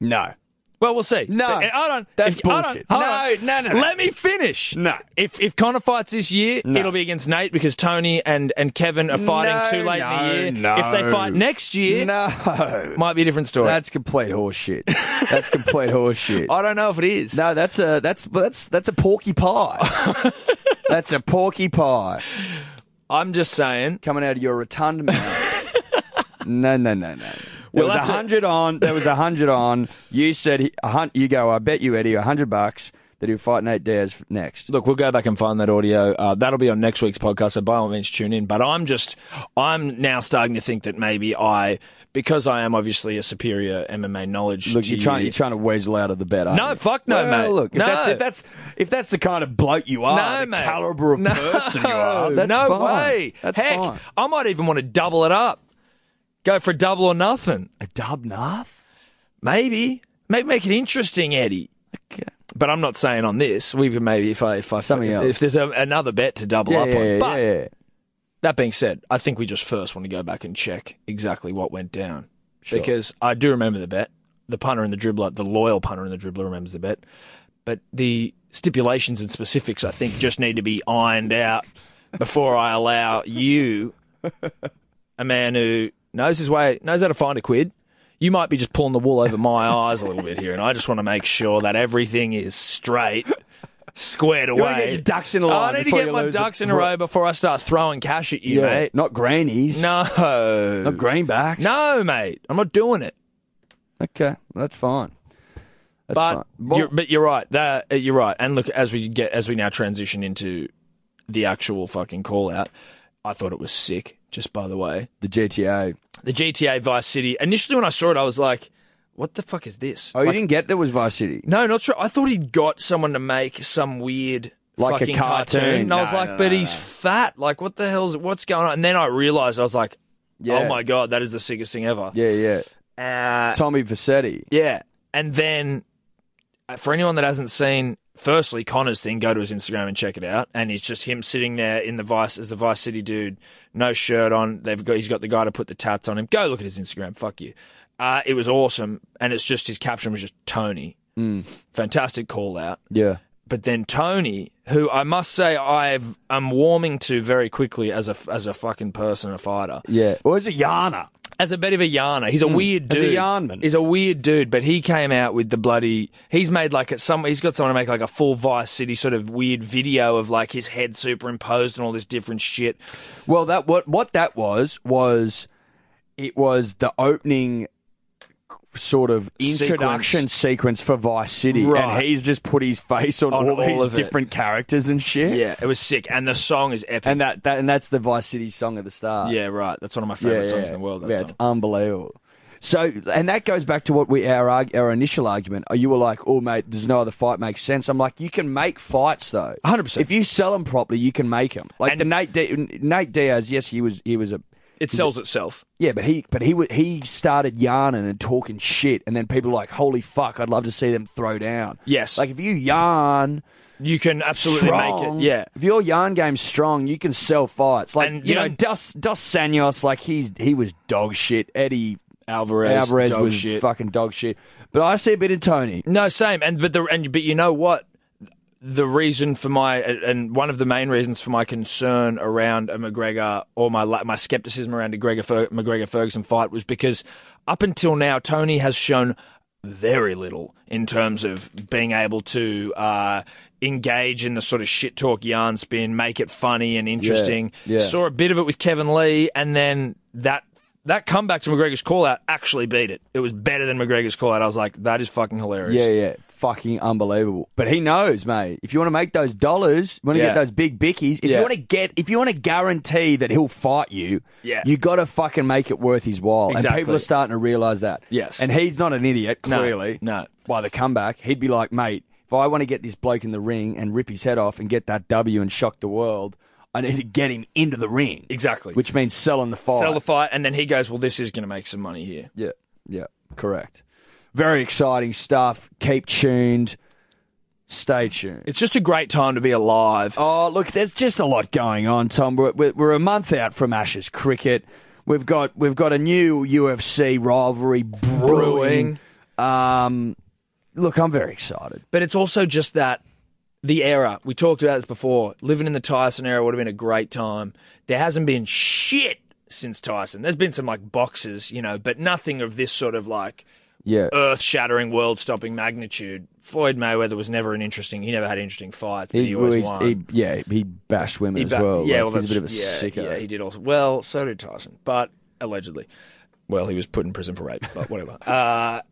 Speaker 1: No.
Speaker 3: well, we'll see.
Speaker 1: No.
Speaker 3: But I don't.
Speaker 1: That's
Speaker 3: if- I don't-
Speaker 1: bullshit.
Speaker 3: hold
Speaker 1: No,
Speaker 3: on.
Speaker 1: no, no, no.
Speaker 3: Let me finish.
Speaker 1: No.
Speaker 3: If if Connor fights this year, it'll be against Nate because Tony and, and Kevin are fighting
Speaker 1: No,
Speaker 3: too late in
Speaker 1: no,
Speaker 3: the year.
Speaker 1: no.
Speaker 3: If they fight next year,
Speaker 1: No.
Speaker 3: might be a different story.
Speaker 1: (laughs) That's complete horseshit. That's complete horseshit.
Speaker 3: (laughs) I don't know if it is.
Speaker 1: No, that's a that's that's that's a porky pie.
Speaker 3: (laughs)
Speaker 1: that's a porky pie
Speaker 3: I'm just saying.
Speaker 1: coming out of your rotund mouth.
Speaker 3: (laughs)
Speaker 1: No, no, no, no. There
Speaker 3: We'll
Speaker 1: was a
Speaker 3: have to-
Speaker 1: hundred on. There was a hundred on. You said he, a hun- you go. I bet you Eddie a hundred bucks that he'll fight Nate Diaz next.
Speaker 3: Look, we'll go back and find that audio. Uh, that'll be on next week's podcast, so by all means tune in. But I'm just, I'm now starting to think that maybe I, because I am obviously a superior MMA knowledge.
Speaker 1: Look,
Speaker 3: to
Speaker 1: you're trying you're trying to weasel out of the bed. aren't
Speaker 3: No,
Speaker 1: you?
Speaker 3: fuck no,
Speaker 1: Well,
Speaker 3: mate.
Speaker 1: Look, if
Speaker 3: No.
Speaker 1: that's if that's if that's the kind of bloke you are,
Speaker 3: No,
Speaker 1: the
Speaker 3: mate.
Speaker 1: caliber of
Speaker 3: No. (laughs)
Speaker 1: person you are, that's
Speaker 3: no
Speaker 1: fine.
Speaker 3: way.
Speaker 1: That's
Speaker 3: Heck,
Speaker 1: fine.
Speaker 3: I might even want to double it up. Go for a double or nothing.
Speaker 1: A dub nath?
Speaker 3: Maybe. Maybe make it interesting, Eddie.
Speaker 1: Okay.
Speaker 3: But I'm not saying on this. We could maybe if I if I
Speaker 1: Something
Speaker 3: if,
Speaker 1: else.
Speaker 3: if there's a, another bet to double
Speaker 1: Yeah,
Speaker 3: up
Speaker 1: yeah,
Speaker 3: on. But
Speaker 1: yeah, yeah.
Speaker 3: that being said, I think we just first want to go back and check exactly what went down because I do remember the bet. The punter and the dribbler, the loyal punter and the dribbler remembers the bet, but the stipulations and specifics I think just need to be ironed out before I allow you, a man who knows his way, knows how to find a quid. You might be just pulling the wool over my eyes a little bit here, and I just want to make sure that everything is straight, squared away.
Speaker 1: You want to get your ducks in a line.
Speaker 3: Oh, I need to
Speaker 1: before
Speaker 3: get
Speaker 1: you
Speaker 3: my
Speaker 1: lose the-
Speaker 3: ducks in a row before I start throwing cash at you,
Speaker 1: Yeah,
Speaker 3: mate.
Speaker 1: Not greenies.
Speaker 3: No.
Speaker 1: Not greenbacks.
Speaker 3: No, mate. I'm not doing it.
Speaker 1: Okay, well, that's fine. That's fine.
Speaker 3: But
Speaker 1: Well,
Speaker 3: you're, but you're right. That uh, you're right. And look, as we get as we now transition into the actual fucking call out, I thought it was sick. Just by the way,
Speaker 1: the GTA.
Speaker 3: the GTA Vice City. Initially, when I saw it, I was like, "What the fuck is this?"
Speaker 1: Oh, you didn't get there was Vice City.
Speaker 3: No, not sure. I thought he'd got someone to make some weird
Speaker 1: Like a
Speaker 3: fucking
Speaker 1: cartoon.
Speaker 3: cartoon. And I was
Speaker 1: No,
Speaker 3: like,
Speaker 1: no,
Speaker 3: but
Speaker 1: no,
Speaker 3: he's
Speaker 1: no.
Speaker 3: fat. Like, what the hell's what's going on? And then I realized I was like,
Speaker 1: Yeah.
Speaker 3: oh my god, that is the sickest thing ever.
Speaker 1: Yeah, yeah.
Speaker 3: Yeah. Uh,
Speaker 1: Tommy Vassetti.
Speaker 3: yeah. And then uh, for anyone that hasn't seen, firstly Connor's thing, go to his Instagram and check it out. And it's just him sitting there in the Vice as the Vice City dude, no shirt on. They've got he's got the guy to put the tats on him. Go look at his Instagram. Fuck you. Uh, it was awesome, and it's just his caption was just Tony. Fantastic call out.
Speaker 1: Yeah.
Speaker 3: But then Tony, who I must say I've I'm warming to very quickly as a as a fucking person, a fighter,
Speaker 1: Yeah. Or is it Yana?
Speaker 3: Hmm. as a bit of a yarner. He's a weird
Speaker 1: As a
Speaker 3: dude.
Speaker 1: yarnman.
Speaker 3: He's a weird dude, but he came out with the bloody. He's made like a, some. He's got someone to make like a full Vice City sort of weird video of like his head superimposed and all this different shit.
Speaker 1: Well, that what what that was was it was the opening sort of
Speaker 3: Sequence.
Speaker 1: introduction sequence, for Vice City,
Speaker 3: Right.
Speaker 1: and he's just put his face on,
Speaker 3: On
Speaker 1: all,
Speaker 3: all
Speaker 1: these
Speaker 3: of it.
Speaker 1: different characters and shit.
Speaker 3: Yeah, it was sick, and the song is epic.
Speaker 1: And that, that and that's the Vice City song of the star.
Speaker 3: yeah, right. That's one of my favorite songs in the world. That
Speaker 1: yeah,
Speaker 3: song.
Speaker 1: it's unbelievable. So, and that goes back to what we our arg- our initial argument. Oh, You were like, "Oh, mate, there's no other fight makes sense." I'm like, "You can make fights though,
Speaker 3: 100%.
Speaker 1: If you sell them properly, you can make them." Like
Speaker 3: And-
Speaker 1: the Nate D- Nate Diaz, yes, he was he was a
Speaker 3: it sells itself.
Speaker 1: yeah, but he but he wa- he started yarning and talking shit, and then people were like, "Holy fuck, I'd love to see them throw down."
Speaker 3: Yes.
Speaker 1: like if you yarn
Speaker 3: You can absolutely
Speaker 1: strong,
Speaker 3: make it. Yeah,
Speaker 1: if your yarn game's strong, you can sell fights. Like
Speaker 3: And the
Speaker 1: you know,
Speaker 3: un-
Speaker 1: Dos Dos Sanyos, like he's he was dog shit. Eddie
Speaker 3: Alvarez,
Speaker 1: Alvarez
Speaker 3: dog
Speaker 1: was
Speaker 3: shit.
Speaker 1: fucking dog shit. But I see a bit in Tony.
Speaker 3: No, same. And but the and but you know what? The reason for my and one of the main reasons for my concern around a McGregor or my la- my skepticism around a Gregor Fer- McGregor Ferguson fight was because up until now Tony has shown very little in terms of being able to uh, engage in the sort of shit talk yarn spin, make it funny and interesting.
Speaker 1: yeah.
Speaker 3: Saw a bit of it with Kevin Lee, and then that that comeback to McGregor's call out actually beat it. It was better than McGregor's call out. I was like, that is fucking hilarious.
Speaker 1: Yeah, yeah, fucking unbelievable. But he knows, mate. If you want to make those dollars, you want to
Speaker 3: Yeah.
Speaker 1: get those big bickies. If
Speaker 3: Yeah.
Speaker 1: you want to get, if you want to guarantee that he'll fight you,
Speaker 3: Yeah.
Speaker 1: you got to fucking make it worth his while. And
Speaker 3: Exactly.
Speaker 1: people are starting to realize that.
Speaker 3: Yes.
Speaker 1: and he's not an idiot.
Speaker 3: No,
Speaker 1: Clearly,
Speaker 3: no.
Speaker 1: By the comeback, he'd be like, mate, if I want to get this bloke in the ring and rip his head off and get that W and shock the world, I need to get him into the ring.
Speaker 3: Exactly.
Speaker 1: Which means selling the fight.
Speaker 3: sell the fight, and then he goes, "Well, this is going to make some money here."
Speaker 1: Yeah, yeah, correct. Very exciting stuff. Keep tuned. Stay tuned.
Speaker 3: It's just a great time to be alive.
Speaker 1: Oh, look, there's just a lot going on, Tom. We're, we're, we're a month out from Ashes cricket. We've got we've got a new UFC rivalry brewing. Um, look, I'm very excited.
Speaker 3: But it's also just that the era. We talked about this before. Living in the Tyson era would have been a great time. There hasn't been shit since Tyson. There's been some like boxes, you know, but nothing of this sort of like
Speaker 1: Yeah,
Speaker 3: earth shattering, world stopping magnitude. Floyd Mayweather was never an interesting. He never had interesting fights, but he, always
Speaker 1: he-
Speaker 3: won.
Speaker 1: he- yeah, he bashed women as
Speaker 3: But-
Speaker 1: well.
Speaker 3: Yeah,
Speaker 1: Like,
Speaker 3: well,
Speaker 1: he's a bit of a
Speaker 3: that's- yeah,
Speaker 1: sicko.
Speaker 3: Yeah, he did also. Well, so did Tyson, but allegedly. Well, he was put in prison for rape, but
Speaker 1: (laughs)
Speaker 3: whatever. uh,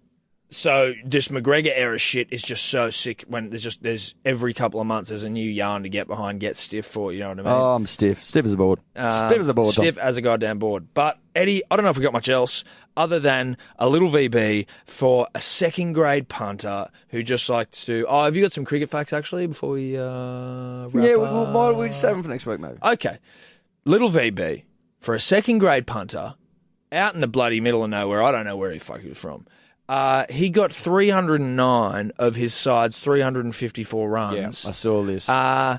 Speaker 3: so this McGregor era shit is just so sick. When there's just there's every couple of months there's a new yarn to get behind, get stiff for. You know what I mean?
Speaker 1: Oh, I'm stiff. Stiff as a board.
Speaker 3: Um,
Speaker 1: stiff as a board. Tom.
Speaker 3: Stiff as a goddamn board. But Eddie, I don't know if we got much else other than a little VB for a second grade punter who just likes to. Oh, have you got some cricket facts actually before we uh, wrap
Speaker 1: Yeah, we,
Speaker 3: up?
Speaker 1: we, why don't we just save them for next week, mate?
Speaker 3: Okay. Little VB for a second grade punter out in the bloody middle of nowhere. I don't know where he fuck he was from. Uh, he got 309 of his side's 354
Speaker 1: Yeah, I
Speaker 3: runs.
Speaker 1: saw this.
Speaker 3: Uh,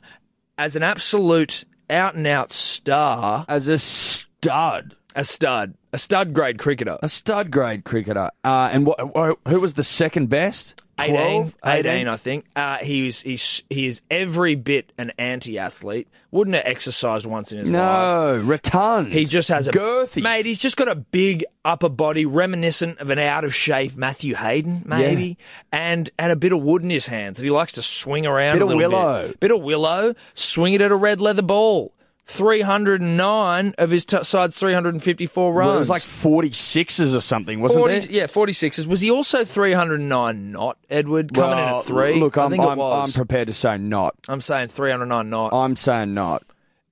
Speaker 3: as an absolute out and out star,
Speaker 1: As a stud,
Speaker 3: a stud, a stud grade cricketer.
Speaker 1: a stud grade cricketer. Uh, and what? Who was the second best?
Speaker 3: 18,
Speaker 1: 12?
Speaker 3: 18, I think. Uh, he was, he's, he is every bit an anti athlete. Wouldn't have exercised once in his life.
Speaker 1: No, rotund.
Speaker 3: He just has a
Speaker 1: girthy.
Speaker 3: mate. He's just got a big upper body, reminiscent of an out of shape Matthew Hayden, maybe, and and a bit of wood in his hands that he likes to swing around.
Speaker 1: Bit
Speaker 3: a
Speaker 1: of
Speaker 3: little
Speaker 1: willow.
Speaker 3: bit. bit of willow, swing it at a red leather ball. Three hundred and nine of his t- side's three hundred and fifty four runs.
Speaker 1: Well, it was like 46s or something, wasn't
Speaker 3: 40,
Speaker 1: it?
Speaker 3: yeah, 46s. Was he also 309 not, Edward? Coming in
Speaker 1: Well,
Speaker 3: at three?
Speaker 1: Look,
Speaker 3: I
Speaker 1: I'm,
Speaker 3: think it
Speaker 1: I'm, I'm
Speaker 3: was.
Speaker 1: prepared to say not.
Speaker 3: I'm saying 309 not.
Speaker 1: I'm saying not.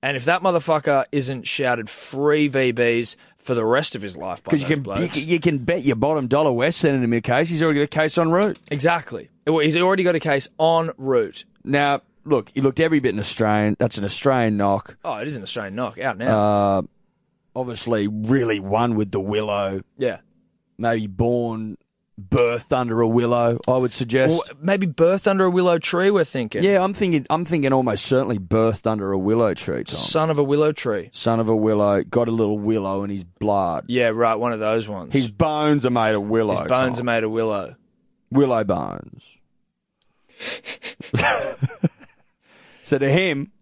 Speaker 3: And if that motherfucker isn't shouted free VBs for the rest of his life, by
Speaker 1: Because
Speaker 3: those
Speaker 1: you can, you,
Speaker 3: blokes.
Speaker 1: can- you can bet your bottom dollar we're sending him a case. He's already got a case en route.
Speaker 3: Exactly. Well, He's already got a case on route.
Speaker 1: Now, look, he looked every bit an Australian. That's an Australian knock.
Speaker 3: Oh, it is an Australian knock out
Speaker 1: Uh,
Speaker 3: now.
Speaker 1: Obviously, really one with the willow.
Speaker 3: yeah.
Speaker 1: Maybe born, birthed under a willow, I would suggest.
Speaker 3: Well, maybe birth under a willow tree. We're thinking.
Speaker 1: yeah, I'm thinking. I'm thinking almost certainly birthed under a willow tree. Tom.
Speaker 3: Son of a willow tree.
Speaker 1: Son of a willow, got a little willow in his blood.
Speaker 3: Yeah, right. One of those ones.
Speaker 1: His bones are made of willow.
Speaker 3: His bones
Speaker 1: Tom.
Speaker 3: are made of willow.
Speaker 1: Willow Bones. (laughs) so to him,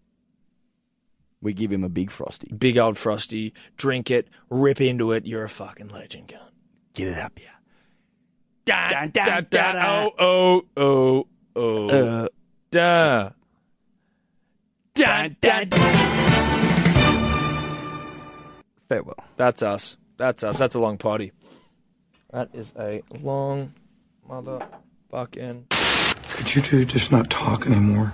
Speaker 1: we give him a big frosty.
Speaker 3: Big old frosty. Drink it. Rip into it. You're a fucking legend, cunt.
Speaker 1: Get it up, yeah.
Speaker 3: Da,
Speaker 1: Dun, dun,
Speaker 3: da,
Speaker 1: dun,
Speaker 3: Oh, oh, oh, oh.
Speaker 1: Uh,
Speaker 3: da. Da,
Speaker 1: dun,
Speaker 3: da,
Speaker 1: dun. Farewell.
Speaker 3: That's us. That's us. That's a long party. That is a long motherfucking.
Speaker 4: Could you two just not talk anymore?